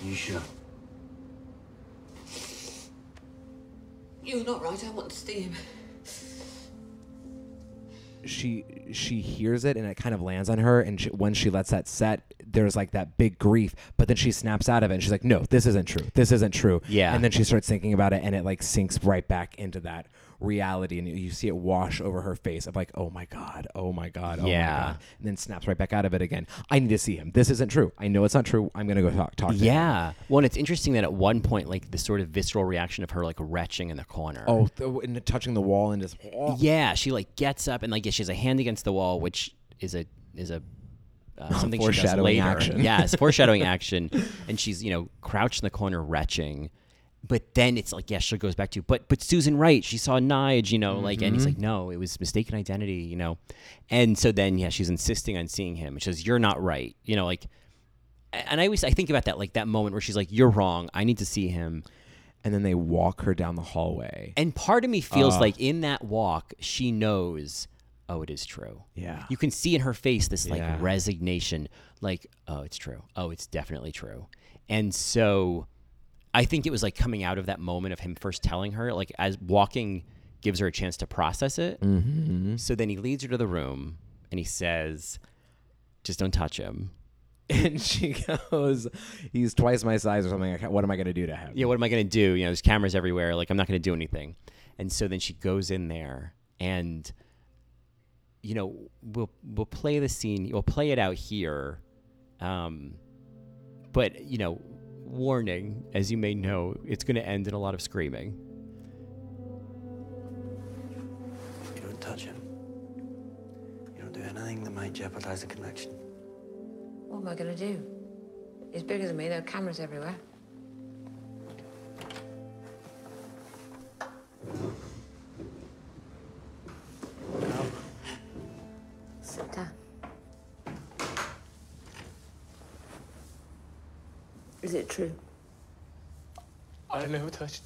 Speaker 10: You sure?
Speaker 11: You're not right. I want to see him.
Speaker 2: she she hears it and it kind of lands on her and she, when she lets that set there's like that big grief but then she snaps out of it and she's like no this isn't true this isn't true
Speaker 1: Yeah.
Speaker 2: and then she starts thinking about it and it like sinks right back into that reality and you, you see it wash over her face of like oh my god oh my god oh
Speaker 1: Yeah.
Speaker 2: my god and then snaps right back out of it again i need to see him this isn't true i know it's not true i'm gonna go talk talk to him."
Speaker 1: Yeah. Well, and it's interesting that at one point, like the sort of visceral reaction of her, like retching in the corner.
Speaker 2: oh th- and touching the wall and just
Speaker 1: Yeah, she like gets up and like yeah, she has a hand against the wall, which is a is a uh, something she does
Speaker 2: Foreshadowing
Speaker 1: later.
Speaker 2: action.
Speaker 1: Yeah, it's foreshadowing action, and she's you know crouched in the corner retching. But then it's like yeah, she goes back to but but Susan Wright, she saw Nige, you know, like and he's
Speaker 2: Mm-hmm.
Speaker 1: like no, it was mistaken identity, you know, and so then yeah, she's insisting on seeing him. She says you're not right, you know, like. And I always I think about that like that moment where she's like, "You're wrong. I need to see him."
Speaker 2: and then they walk her down the hallway
Speaker 1: And part of me feels
Speaker 2: Ah.
Speaker 1: like in that walk, she knows, oh, it is true.
Speaker 2: Yeah.
Speaker 1: You can see in her face this like
Speaker 2: Yeah.
Speaker 1: resignation, like, oh, it's true. Oh, it's definitely true. And so I think it was like coming out of that moment of him first telling her, like,
Speaker 2: Mm-hmm.
Speaker 1: as walking gives her a chance to process it. So then he leads her to the room and he says, "Just don't touch him."
Speaker 2: And she goes, "He's twice my size or something. I ca- What am I gonna do to him?"
Speaker 1: Yeah, what am I going to do? You know, there's cameras everywhere. Like, I'm not going to do anything. And so then she goes in there, and you know, we'll we'll play the scene. We'll play it out here, um, but you know, warning, as you may know, it's going to end in a lot of screaming.
Speaker 10: You don't touch him. You don't do anything that might jeopardize the connection.
Speaker 12: What am I going to do? He's bigger than me. There are cameras everywhere. Sit down. Is it true?
Speaker 13: I never touched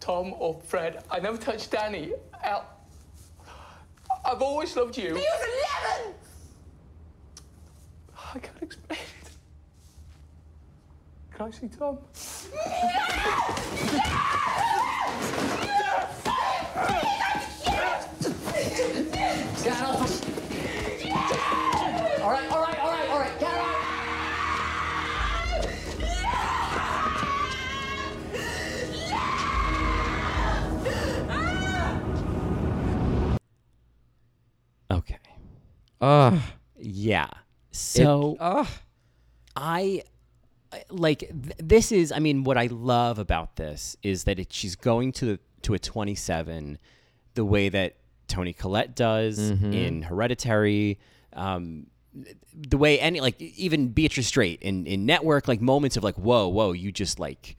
Speaker 13: Tom or Fred. I never touched Danny. Al. I've always loved you.
Speaker 11: But you was 11!
Speaker 13: I can't explain it. Can I see Tom?
Speaker 11: Get off! All right, all right, all right, all right, get off!
Speaker 1: Okay.
Speaker 2: Ugh.
Speaker 1: Yeah. So I I- like th- this is I mean what I love about this is that it, she's going to to a 27 the way that Tony Collette does
Speaker 2: Mhm.
Speaker 1: in Hereditary um the way any like e, even Beatrice Straight in in Network like moments of like whoa whoa you just like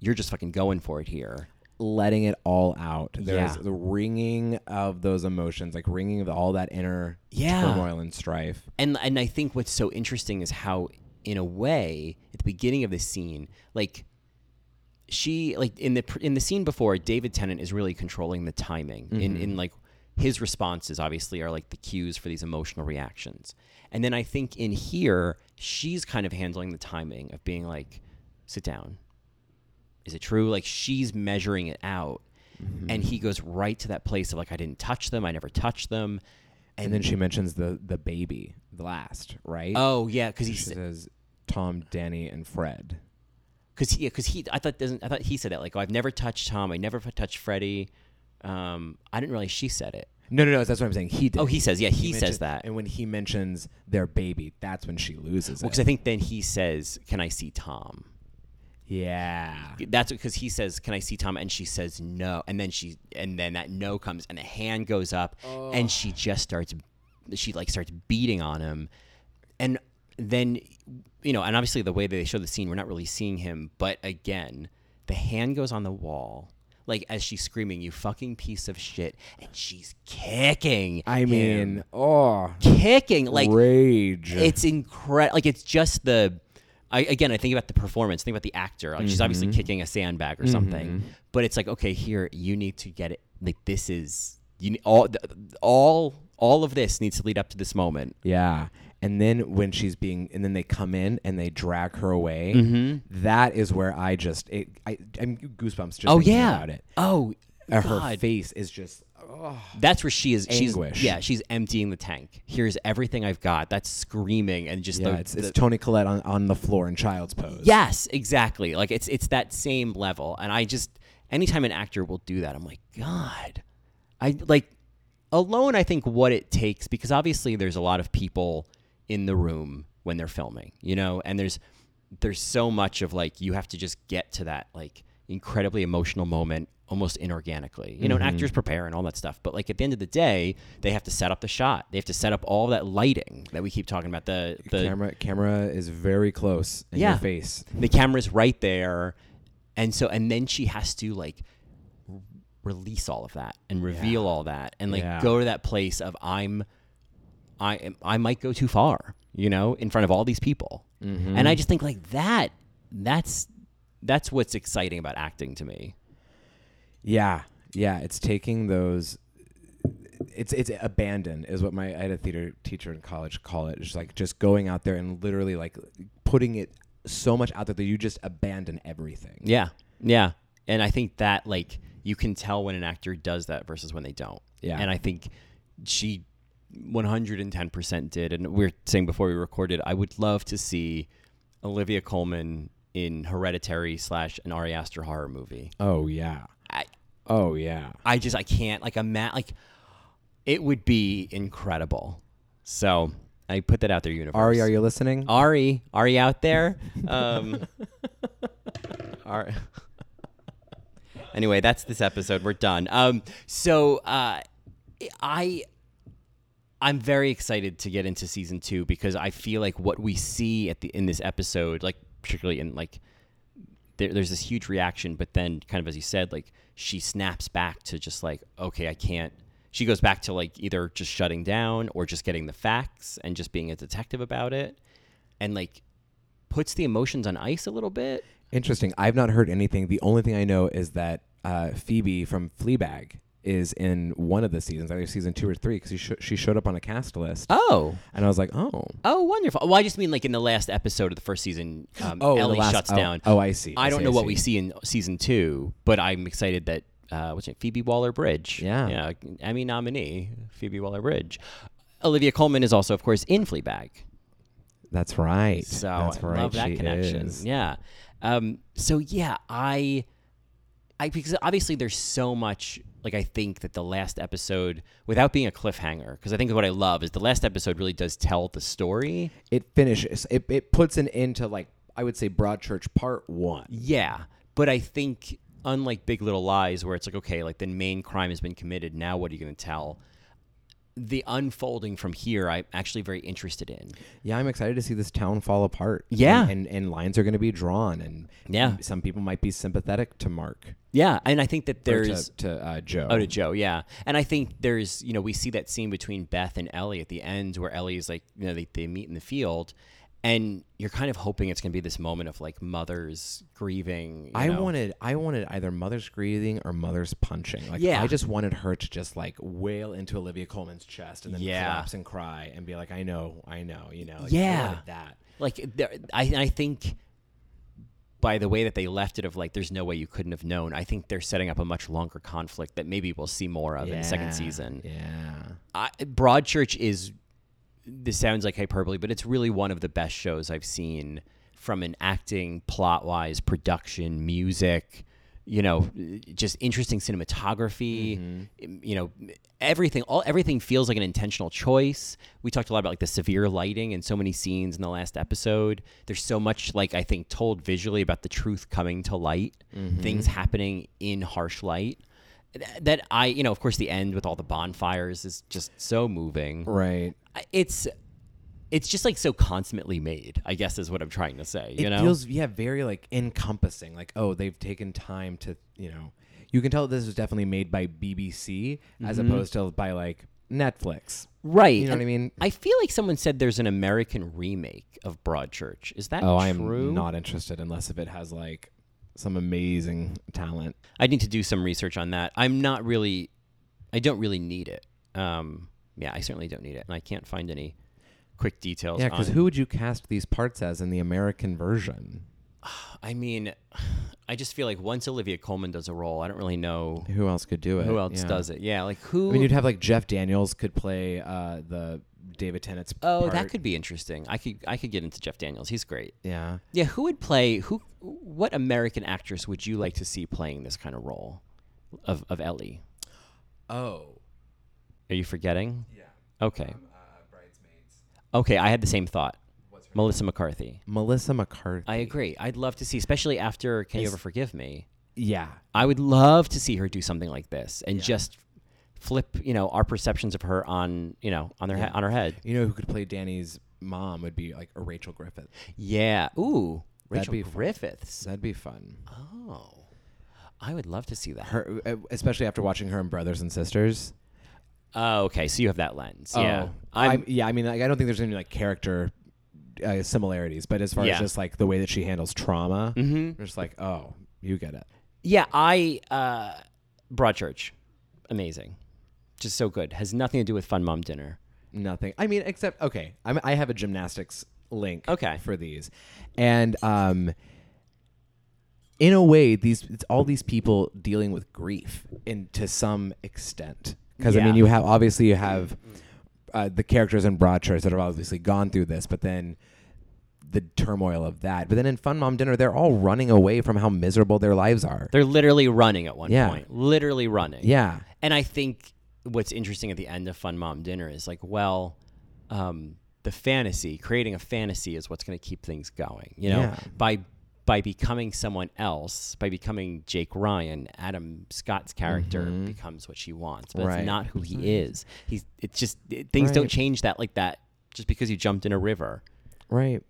Speaker 1: you're just fucking going for it here.
Speaker 2: letting it all out. There's
Speaker 1: Yeah.
Speaker 2: the ringing of those emotions, like ringing of all that inner
Speaker 1: Yeah.
Speaker 2: turmoil and strife.
Speaker 1: And and I think what's so interesting is how, in a way, at the beginning of this scene, like she like in the pr- in the scene before, David Tennant is really controlling the timing. In
Speaker 2: Mhm.
Speaker 1: in like his responses obviously are like the cues for these emotional reactions. And then I think in here, she's kind of handling the timing of being like, sit down. Is it true? Like she's measuring it out. And he goes right to that place of like I didn't touch them, I never touched them.
Speaker 2: And, then she mentions the the baby the last, right?
Speaker 1: Oh, yeah, 'cause he
Speaker 2: she
Speaker 1: sa-
Speaker 2: says Tom, Danny, and Fred.
Speaker 1: Cause he, yeah, cause he, I thought doesn't, I thought he said that like, oh, I've never touched Tom, I never touched Freddie. Um, I didn't realize she said it.
Speaker 2: No, no, no. That's what I'm saying. He did.
Speaker 1: Oh, he says, yeah, he says
Speaker 2: mentioned-
Speaker 1: that.
Speaker 2: And when he mentions their baby, that's when she loses
Speaker 1: Well,
Speaker 2: it.
Speaker 1: cause I think then he says, can I see Tom?
Speaker 2: Yeah.
Speaker 1: That's because he says, can I see Tom? And she says no, and then she, and then that no comes, and the hand goes up,
Speaker 2: Oh.
Speaker 1: and she just starts, she like starts beating on him, and then, you know, and obviously the way that they show the scene, we're not really seeing him, but again, the hand goes on the wall. Like as she's screaming, "You fucking piece of shit!" and she's kicking.
Speaker 2: I
Speaker 1: him
Speaker 2: mean, oh,
Speaker 1: kicking like
Speaker 2: rage.
Speaker 1: it's incredible. Like it's just the. I, again, I think about the performance. Think about the actor. Like she's obviously
Speaker 2: Mhm.
Speaker 1: kicking a sandbag or something,
Speaker 2: Mhm.
Speaker 1: but it's like okay, here you need to get it. Like this is you ne- all th- all all of this needs to lead up to this moment.
Speaker 2: Yeah. And then when she's being, and then they come in and they drag her away.
Speaker 1: Mhm.
Speaker 2: that is where I just, it, I, I'm goosebumps just
Speaker 1: Oh,
Speaker 2: thinking
Speaker 1: yeah.
Speaker 2: about it.
Speaker 1: Oh,
Speaker 2: Uh, her
Speaker 1: God.
Speaker 2: face is just, uh,
Speaker 1: That's where she is. She's
Speaker 2: Anguish.
Speaker 1: yeah, she's emptying the tank. Here's everything I've got. That's screaming and just
Speaker 2: yeah,
Speaker 1: the,
Speaker 2: it's, it's
Speaker 1: the-
Speaker 2: Tony Collette on, on the floor in child's pose.
Speaker 1: Yes, exactly. Like it's it's that same level. And I just anytime an actor will do that, I'm like, God. I like alone I think what it takes because obviously there's a lot of people in the room when they're filming, you know, and there's there's so much of like you have to just get to that like incredibly emotional moment almost inorganically. You know,
Speaker 2: Mhm.
Speaker 1: and actors prepare and all that stuff. But like at the end of the day, they have to set up the shot. They have to set up all that lighting that we keep talking about. The the
Speaker 2: camera, camera is very close in your face.
Speaker 1: the camera's right there. And so, and then she has to like r- release all of that and reveal all that and like
Speaker 2: Yeah.
Speaker 1: go to that place of I'm, I am, I might go too far, you know, in front of all these people.
Speaker 2: Mhm.
Speaker 1: And I just think like that, that's, that's what's exciting about acting to me.
Speaker 2: Yeah, yeah. It's taking those. It's it's abandon is what my I had a theater teacher in college call it. Just like just going out there and literally like putting it so much out there that you just abandon everything.
Speaker 1: Yeah. Yeah. And I think that like you can tell when an actor does that versus when they don't.
Speaker 2: Yeah.
Speaker 1: And I think she 110% did. And we were saying before we recorded, I would love to see Olivia Coleman in Hereditary slash an Ari Aster horror movie.
Speaker 2: Oh yeah. oh yeah.
Speaker 1: I just I can't like I'm mad like it would be incredible. So I put that out there, universe.
Speaker 2: Ari, are you listening?
Speaker 1: Ari, are you out there? Um, Ari. Anyway, that's this episode. We're done. Um, so uh, I I'm very excited to get into season two because I feel like what we see at the in this episode, like particularly in like there, there's this huge reaction, but then kind of as you said, like she snaps back to just like okay, I can't. She goes back to like either just shutting down or just getting the facts and just being a detective about it, and like puts the emotions on ice a little bit.
Speaker 2: Interesting. I've not heard anything. The only thing I know is that uh, Phoebe from Fleabag is in one of the seasons, either season two or three, because she, sho- she showed up on a cast list.
Speaker 1: Oh.
Speaker 2: And I was like, oh.
Speaker 1: Oh, wonderful. Well, I just mean like in the last episode of the first season, um,
Speaker 2: Oh, the
Speaker 1: Ellie
Speaker 2: last-
Speaker 1: shuts
Speaker 2: oh,
Speaker 1: down.
Speaker 2: oh, I see,
Speaker 1: I,
Speaker 2: I
Speaker 1: don't
Speaker 2: see,
Speaker 1: know
Speaker 2: I
Speaker 1: what
Speaker 2: see.
Speaker 1: we see in season two, but I'm excited that uh, what's it, Phoebe Waller Bridge.
Speaker 2: Yeah.
Speaker 1: yeah, Emmy nominee Phoebe Waller Bridge. Olivia Coleman is also, of course, in Fleabag.
Speaker 2: That's right.
Speaker 1: So
Speaker 2: That's
Speaker 1: I
Speaker 2: right.
Speaker 1: love that
Speaker 2: she
Speaker 1: connection.
Speaker 2: is.
Speaker 1: Yeah. Um, so yeah, I, I because obviously there's so much. Like I think that the last episode, without being a cliffhanger, because I think what I love is the last episode really does tell the story.
Speaker 2: It finishes. It, it puts an end to like I would say Broadchurch Part One.
Speaker 1: Yeah, but I think unlike Big Little Lies, where it's like okay, like the main crime has been committed. Now what are you going to tell? The unfolding from here, I'm actually very interested in.
Speaker 2: Yeah, I'm excited to see this town fall apart.
Speaker 1: Yeah.
Speaker 2: and and, and lines are going to be drawn, and
Speaker 1: Yeah.
Speaker 2: some people might be sympathetic to Mark.
Speaker 1: Yeah, and I think that
Speaker 2: Or to-
Speaker 1: there's
Speaker 2: to, uh, Joe.
Speaker 1: Oh, to Joe, yeah. And I think there's you know we see that scene between Beth and Ellie at the end where Ellie is like you know they they meet in the field, and you're kind of hoping it's going to be this moment of like mothers grieving. you
Speaker 2: I
Speaker 1: know.
Speaker 2: wanted I wanted either mother's grieving or mother's punching. Like
Speaker 1: Yeah.
Speaker 2: I just wanted her to just like wail into Olivia Coleman's chest and then
Speaker 1: Yeah.
Speaker 2: collapse and cry and be like, I know, I know, you know. Like, I
Speaker 1: yeah
Speaker 2: wanted that.
Speaker 1: like there, I I think by the way that they left it of like there's no way you couldn't have known. I think they're setting up a much longer conflict that maybe we'll see more of in the
Speaker 2: Yeah,
Speaker 1: second season.
Speaker 2: Yeah.
Speaker 1: I, Broadchurch is this sounds like hyperbole, but it's really one of the best shows I've seen from an acting, plot wise, production, music, you know, just interesting cinematography, you know, everything. All everything feels like an intentional choice. We talked a lot about like the severe lighting and so many scenes in the last episode. There's so much like I think told visually about the truth coming to light, things happening in harsh light. Th- That I, you know, of course, the end with all the bonfires is just so moving.
Speaker 2: Right.
Speaker 1: I- it's it's just like so consummately made i guess is what i'm trying to say you
Speaker 2: it
Speaker 1: know
Speaker 2: feels yeah very like encompassing like oh they've taken time to you know you can tell this was definitely made by bbc as
Speaker 1: Mhm.
Speaker 2: opposed to by like netflix
Speaker 1: right
Speaker 2: you know
Speaker 1: and
Speaker 2: what i mean
Speaker 1: i feel like someone said there's an american remake of broadchurch is that
Speaker 2: oh
Speaker 1: true?
Speaker 2: i'm not interested unless if it has like some amazing talent
Speaker 1: i need to do some research on that i'm not really i don't really need it um yeah i certainly don't need it and i can't find any quick details
Speaker 2: yeah
Speaker 1: because
Speaker 2: because who would you cast these parts as in the american version
Speaker 1: i mean i just feel like once olivia coleman does a role i don't really know
Speaker 2: who else could do it
Speaker 1: who else
Speaker 2: Yeah.
Speaker 1: does it yeah like who
Speaker 2: i mean you'd have like jeff daniels could play uh the david tennant's
Speaker 1: oh
Speaker 2: part.
Speaker 1: that could be interesting i could i could get into jeff daniels he's great
Speaker 2: yeah
Speaker 1: Yeah, who would play who? What American actress would you like to see playing this kind of role of of Ellie?
Speaker 2: oh
Speaker 1: Are you forgetting? Yeah. Okay. Okay, I had the same thought. Melissa McCarthy.
Speaker 2: melissa mccarthy
Speaker 1: I agree. I'd love to see, especially after Can You
Speaker 2: Is-
Speaker 1: Ever Forgive Me?
Speaker 2: yeah
Speaker 1: I would love to see her do something like this and just flip, you know, our perceptions of her on, you know, on their
Speaker 2: Yeah.
Speaker 1: he- on her head.
Speaker 2: You know who could play Danny's mom would be like a Rachel Griffith.
Speaker 1: Yeah. Ooh,
Speaker 2: That'd
Speaker 1: Rachel
Speaker 2: be fun.
Speaker 1: Griffiths.
Speaker 2: That'd be fun.
Speaker 1: Oh, I would love to see that.
Speaker 2: Her, uh, especially after watching her in Brothers and Sisters.
Speaker 1: Oh, okay. So you have that lens. Yeah.
Speaker 2: Oh, I'm, yeah. I mean, like, I don't think there's any like character uh, similarities, but as far
Speaker 1: Yeah.
Speaker 2: as just like the way that she handles trauma,
Speaker 1: Mhm.
Speaker 2: just like, oh, you get it.
Speaker 1: Yeah, I uh Broadchurch. Amazing. Just so good. Has nothing to do with Fun Mom Dinner.
Speaker 2: Nothing. I mean, except okay. I'm, I have a gymnastics link.
Speaker 1: Okay.
Speaker 2: For these, and um, in a way, these it's all these people dealing with grief, in to some extent, because I mean,
Speaker 1: Yeah.
Speaker 2: you have obviously you have uh, the characters in broad church that have obviously gone through this, but then the turmoil of that. But then in Fun Mom Dinner, they're all running away from how miserable their lives are.
Speaker 1: They're literally running at one
Speaker 2: Yeah.
Speaker 1: point, literally running.
Speaker 2: Yeah.
Speaker 1: And I think what's interesting at the end of Fun Mom Dinner is like, well, um, the fantasy, creating a fantasy is what's going to keep things going. You know,
Speaker 2: Yeah.
Speaker 1: by by becoming someone else, by becoming Jake Ryan, Adam Scott's character
Speaker 2: Mhm.
Speaker 1: becomes what she wants, but
Speaker 2: Right.
Speaker 1: it's not who he
Speaker 2: Mhm.
Speaker 1: is. He's it's just it, things
Speaker 2: Right.
Speaker 1: don't change that like that just because you jumped in a river.
Speaker 2: Right.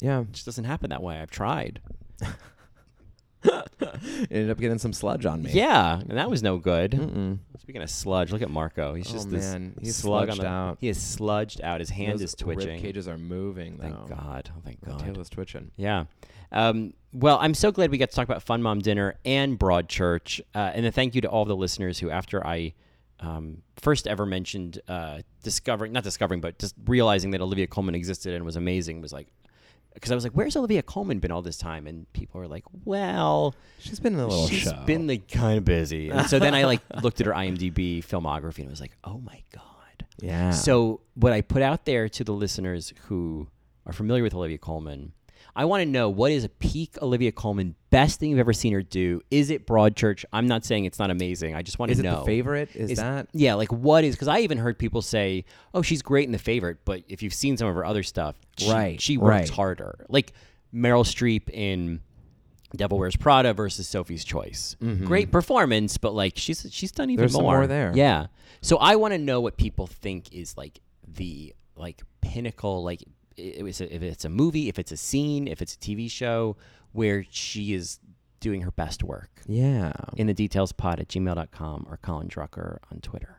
Speaker 2: Yeah.
Speaker 1: It just doesn't happen that way. I've tried.
Speaker 2: Ended up getting some sludge on me.
Speaker 1: Yeah, and that was no good.
Speaker 2: Mm-mm.
Speaker 1: Speaking of sludge, look at Marco. He's
Speaker 2: Oh,
Speaker 1: just this
Speaker 2: man. He's
Speaker 1: slug on
Speaker 2: sludged
Speaker 1: the,
Speaker 2: out.
Speaker 1: He is sludged out. His hand
Speaker 2: Those
Speaker 1: is twitching.
Speaker 2: Rib cages are moving.
Speaker 1: Thank
Speaker 2: though.
Speaker 1: God. Oh, thank
Speaker 2: My
Speaker 1: God.
Speaker 2: tail is twitching.
Speaker 1: Yeah. Um, well, I'm so glad we got to talk about Fun Mom Dinner and Broadchurch. Uh, and a thank you to all the listeners who, after I um, first ever mentioned uh, discovering, not discovering, but just realizing that Olivia Coleman existed and was amazing, was like, because I was like, where's Olivia Coleman been all this time? And people are like, well,
Speaker 2: she's been in a little
Speaker 1: she's
Speaker 2: show.
Speaker 1: been like kind of busy. And so then I like looked at her IMDb filmography and was like, oh my God.
Speaker 2: Yeah.
Speaker 1: So what I put out there to the listeners who are familiar with Olivia Coleman, I want to know what is a peak Olivia Coleman best thing you've ever seen her do? Is it Broadchurch? I'm not saying it's not amazing. I just want
Speaker 2: Is
Speaker 1: to
Speaker 2: it The
Speaker 1: know.
Speaker 2: Favourite? Is that-
Speaker 1: Yeah, like what is? Because I even heard people say, "Oh, she's great in The Favorite," but if you've seen some of her other stuff, she-
Speaker 2: Right,
Speaker 1: She works
Speaker 2: right.
Speaker 1: harder. Like Meryl Streep in Devil Wears Prada versus Sophie's Choice.
Speaker 2: Mhm.
Speaker 1: Great performance, but like she's she's done even
Speaker 2: There's some
Speaker 1: more.
Speaker 2: more there.
Speaker 1: Yeah. So I want to know what people think is like the like pinnacle, like i- if it's a, if it's a movie, if it's a scene, if it's a TV show where she is doing her best work.
Speaker 2: Yeah.
Speaker 1: In the details pod at gmail.com or Colin Drucker on Twitter.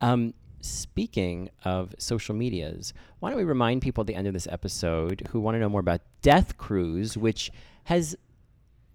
Speaker 1: Um, speaking of social medias, why don't we remind people at the end of this episode who want to know more about Death Cruise, which has,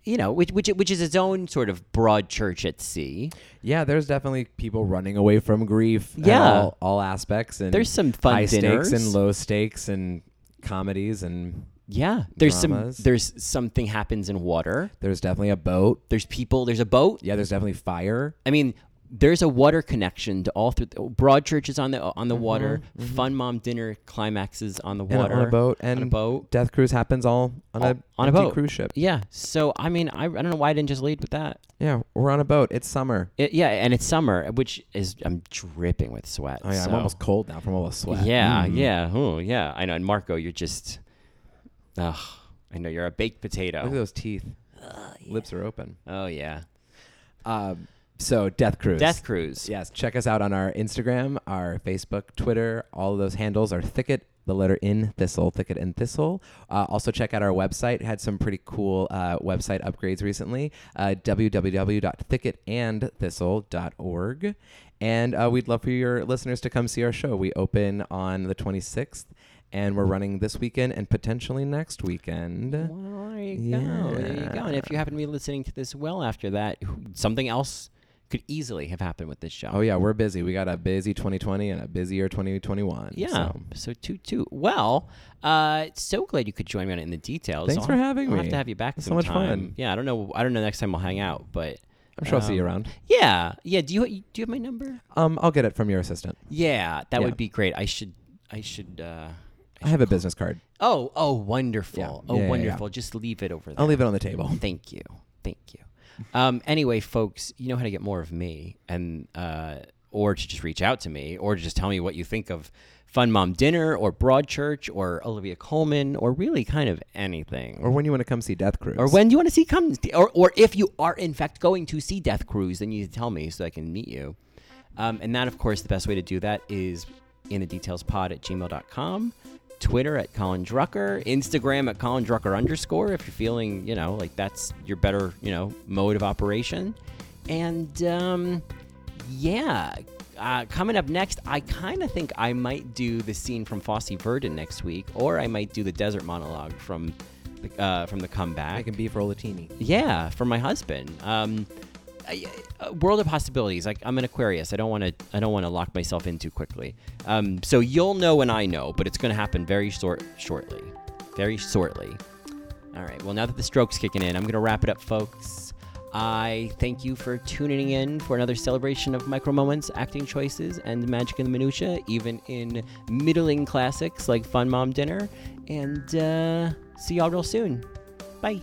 Speaker 1: you know, which which which is its own sort of broad church at sea.
Speaker 2: Yeah, there's definitely people running away from grief. at
Speaker 1: Yeah.
Speaker 2: all, all aspects and
Speaker 1: There's some fun
Speaker 2: high
Speaker 1: dinners.
Speaker 2: stakes and low stakes and comedies and
Speaker 1: Yeah, there's
Speaker 2: dramas.
Speaker 1: some there's something happens in water.
Speaker 2: There's definitely a boat.
Speaker 1: There's people. There's a boat.
Speaker 2: Yeah, there's definitely fire.
Speaker 1: I mean, there's a water connection to all through. Broadchurch is on the on the water. Fun mom dinner climaxes on the
Speaker 2: Mm-hmm, And
Speaker 1: water
Speaker 2: on a boat and
Speaker 1: on a boat
Speaker 2: Death cruise happens all on a
Speaker 1: on a
Speaker 2: empty
Speaker 1: boat
Speaker 2: cruise ship.
Speaker 1: Yeah. So I mean, I, I don't know why I didn't just lead with that.
Speaker 2: Yeah, we're on a boat. It's summer.
Speaker 1: It, yeah, and it's summer, which is I'm dripping with sweat.
Speaker 2: Oh yeah,
Speaker 1: so-
Speaker 2: I'm almost cold now from all the sweat.
Speaker 1: Yeah,
Speaker 2: Mm.
Speaker 1: yeah, oh yeah. I know. And Marco, you're just, ugh. I know you're a baked potato.
Speaker 2: Look at those teeth. Lips are open.
Speaker 1: Oh yeah.
Speaker 2: Um, so Death Cruise.
Speaker 1: Death Cruise.
Speaker 2: Yes. Check us out on our Instagram, our Facebook, Twitter. All of those handles are Thicket, the letter in Thistle, Thicket and Thistle. Uh, also check out our website. Had some pretty cool uh, website upgrades recently. Uh, www.thicketandthistle.org. And uh, we'd love for your listeners to come see our show. We open on the 26th. And we're running this weekend and potentially next weekend.
Speaker 1: Well, there you go. There you go. And if you happen to be listening to this well after that, something else could easily have happened with this show.
Speaker 2: Oh yeah, we're busy. We got a busy 2020 and a busier 2021.
Speaker 1: Yeah.
Speaker 2: so.
Speaker 1: So toot toot. Well, uh, so glad you could join me on it in the details.
Speaker 2: Thanks
Speaker 1: I'll
Speaker 2: for
Speaker 1: have-
Speaker 2: having
Speaker 1: I'll have
Speaker 2: me.
Speaker 1: to have you back.
Speaker 2: It's so much
Speaker 1: sometime.
Speaker 2: fun.
Speaker 1: Yeah. I don't know. I don't know. Next time we'll hang out, but
Speaker 2: I'm sure I'll see you
Speaker 1: um,
Speaker 2: around.
Speaker 1: Yeah. Yeah. Do you do you have my number?
Speaker 2: Um, I'll get it from your assistant.
Speaker 1: Yeah. That
Speaker 2: Yeah.
Speaker 1: would be great. I should. I should. Uh,
Speaker 2: I have a business card.
Speaker 1: Oh, oh, wonderful.
Speaker 2: Yeah,
Speaker 1: Oh,
Speaker 2: yeah, yeah.
Speaker 1: wonderful. Just leave it over there.
Speaker 2: I'll leave it on the table.
Speaker 1: Thank you. Thank you. Um, anyway, folks, you know how to get more of me and uh, or to just reach out to me or to just tell me what you think of Fun Mom Dinner or Broadchurch or Olivia Coleman or really kind of anything.
Speaker 2: Or when you want to come see Death Cruise.
Speaker 1: Or when you want to see come, or, or if you are in fact going to see Death Cruise, then you need to tell me so I can meet you. Um, and that, of course, the best way to do that is in the details pod at gmail.com, Twitter at Colin Drucker, Instagram at Colin Drucker underscore if you're feeling, you know, like that's your better, you know, mode of operation. And um, yeah, uh, coming up next, I kind of think I might do the scene from Fosse Verdon next week, or I might do the desert monologue from the, uh, from the comeback.
Speaker 2: I can be for Olatini.
Speaker 1: Yeah, from my husband. Um, I- uh, world of possibilities. Like I'm an Aquarius. I don't want to. I don't want to lock myself in too quickly. Um, so you'll know when I know, but it's going to happen very short, shortly, very shortly. All right. Well, now that the stroke's kicking in, I'm going to wrap it up, folks. I thank you for tuning in for another celebration of micro moments, acting choices, and magic in the minutia, even in middling classics like Fun Mom Dinner. And uh, see y'all real soon. Bye.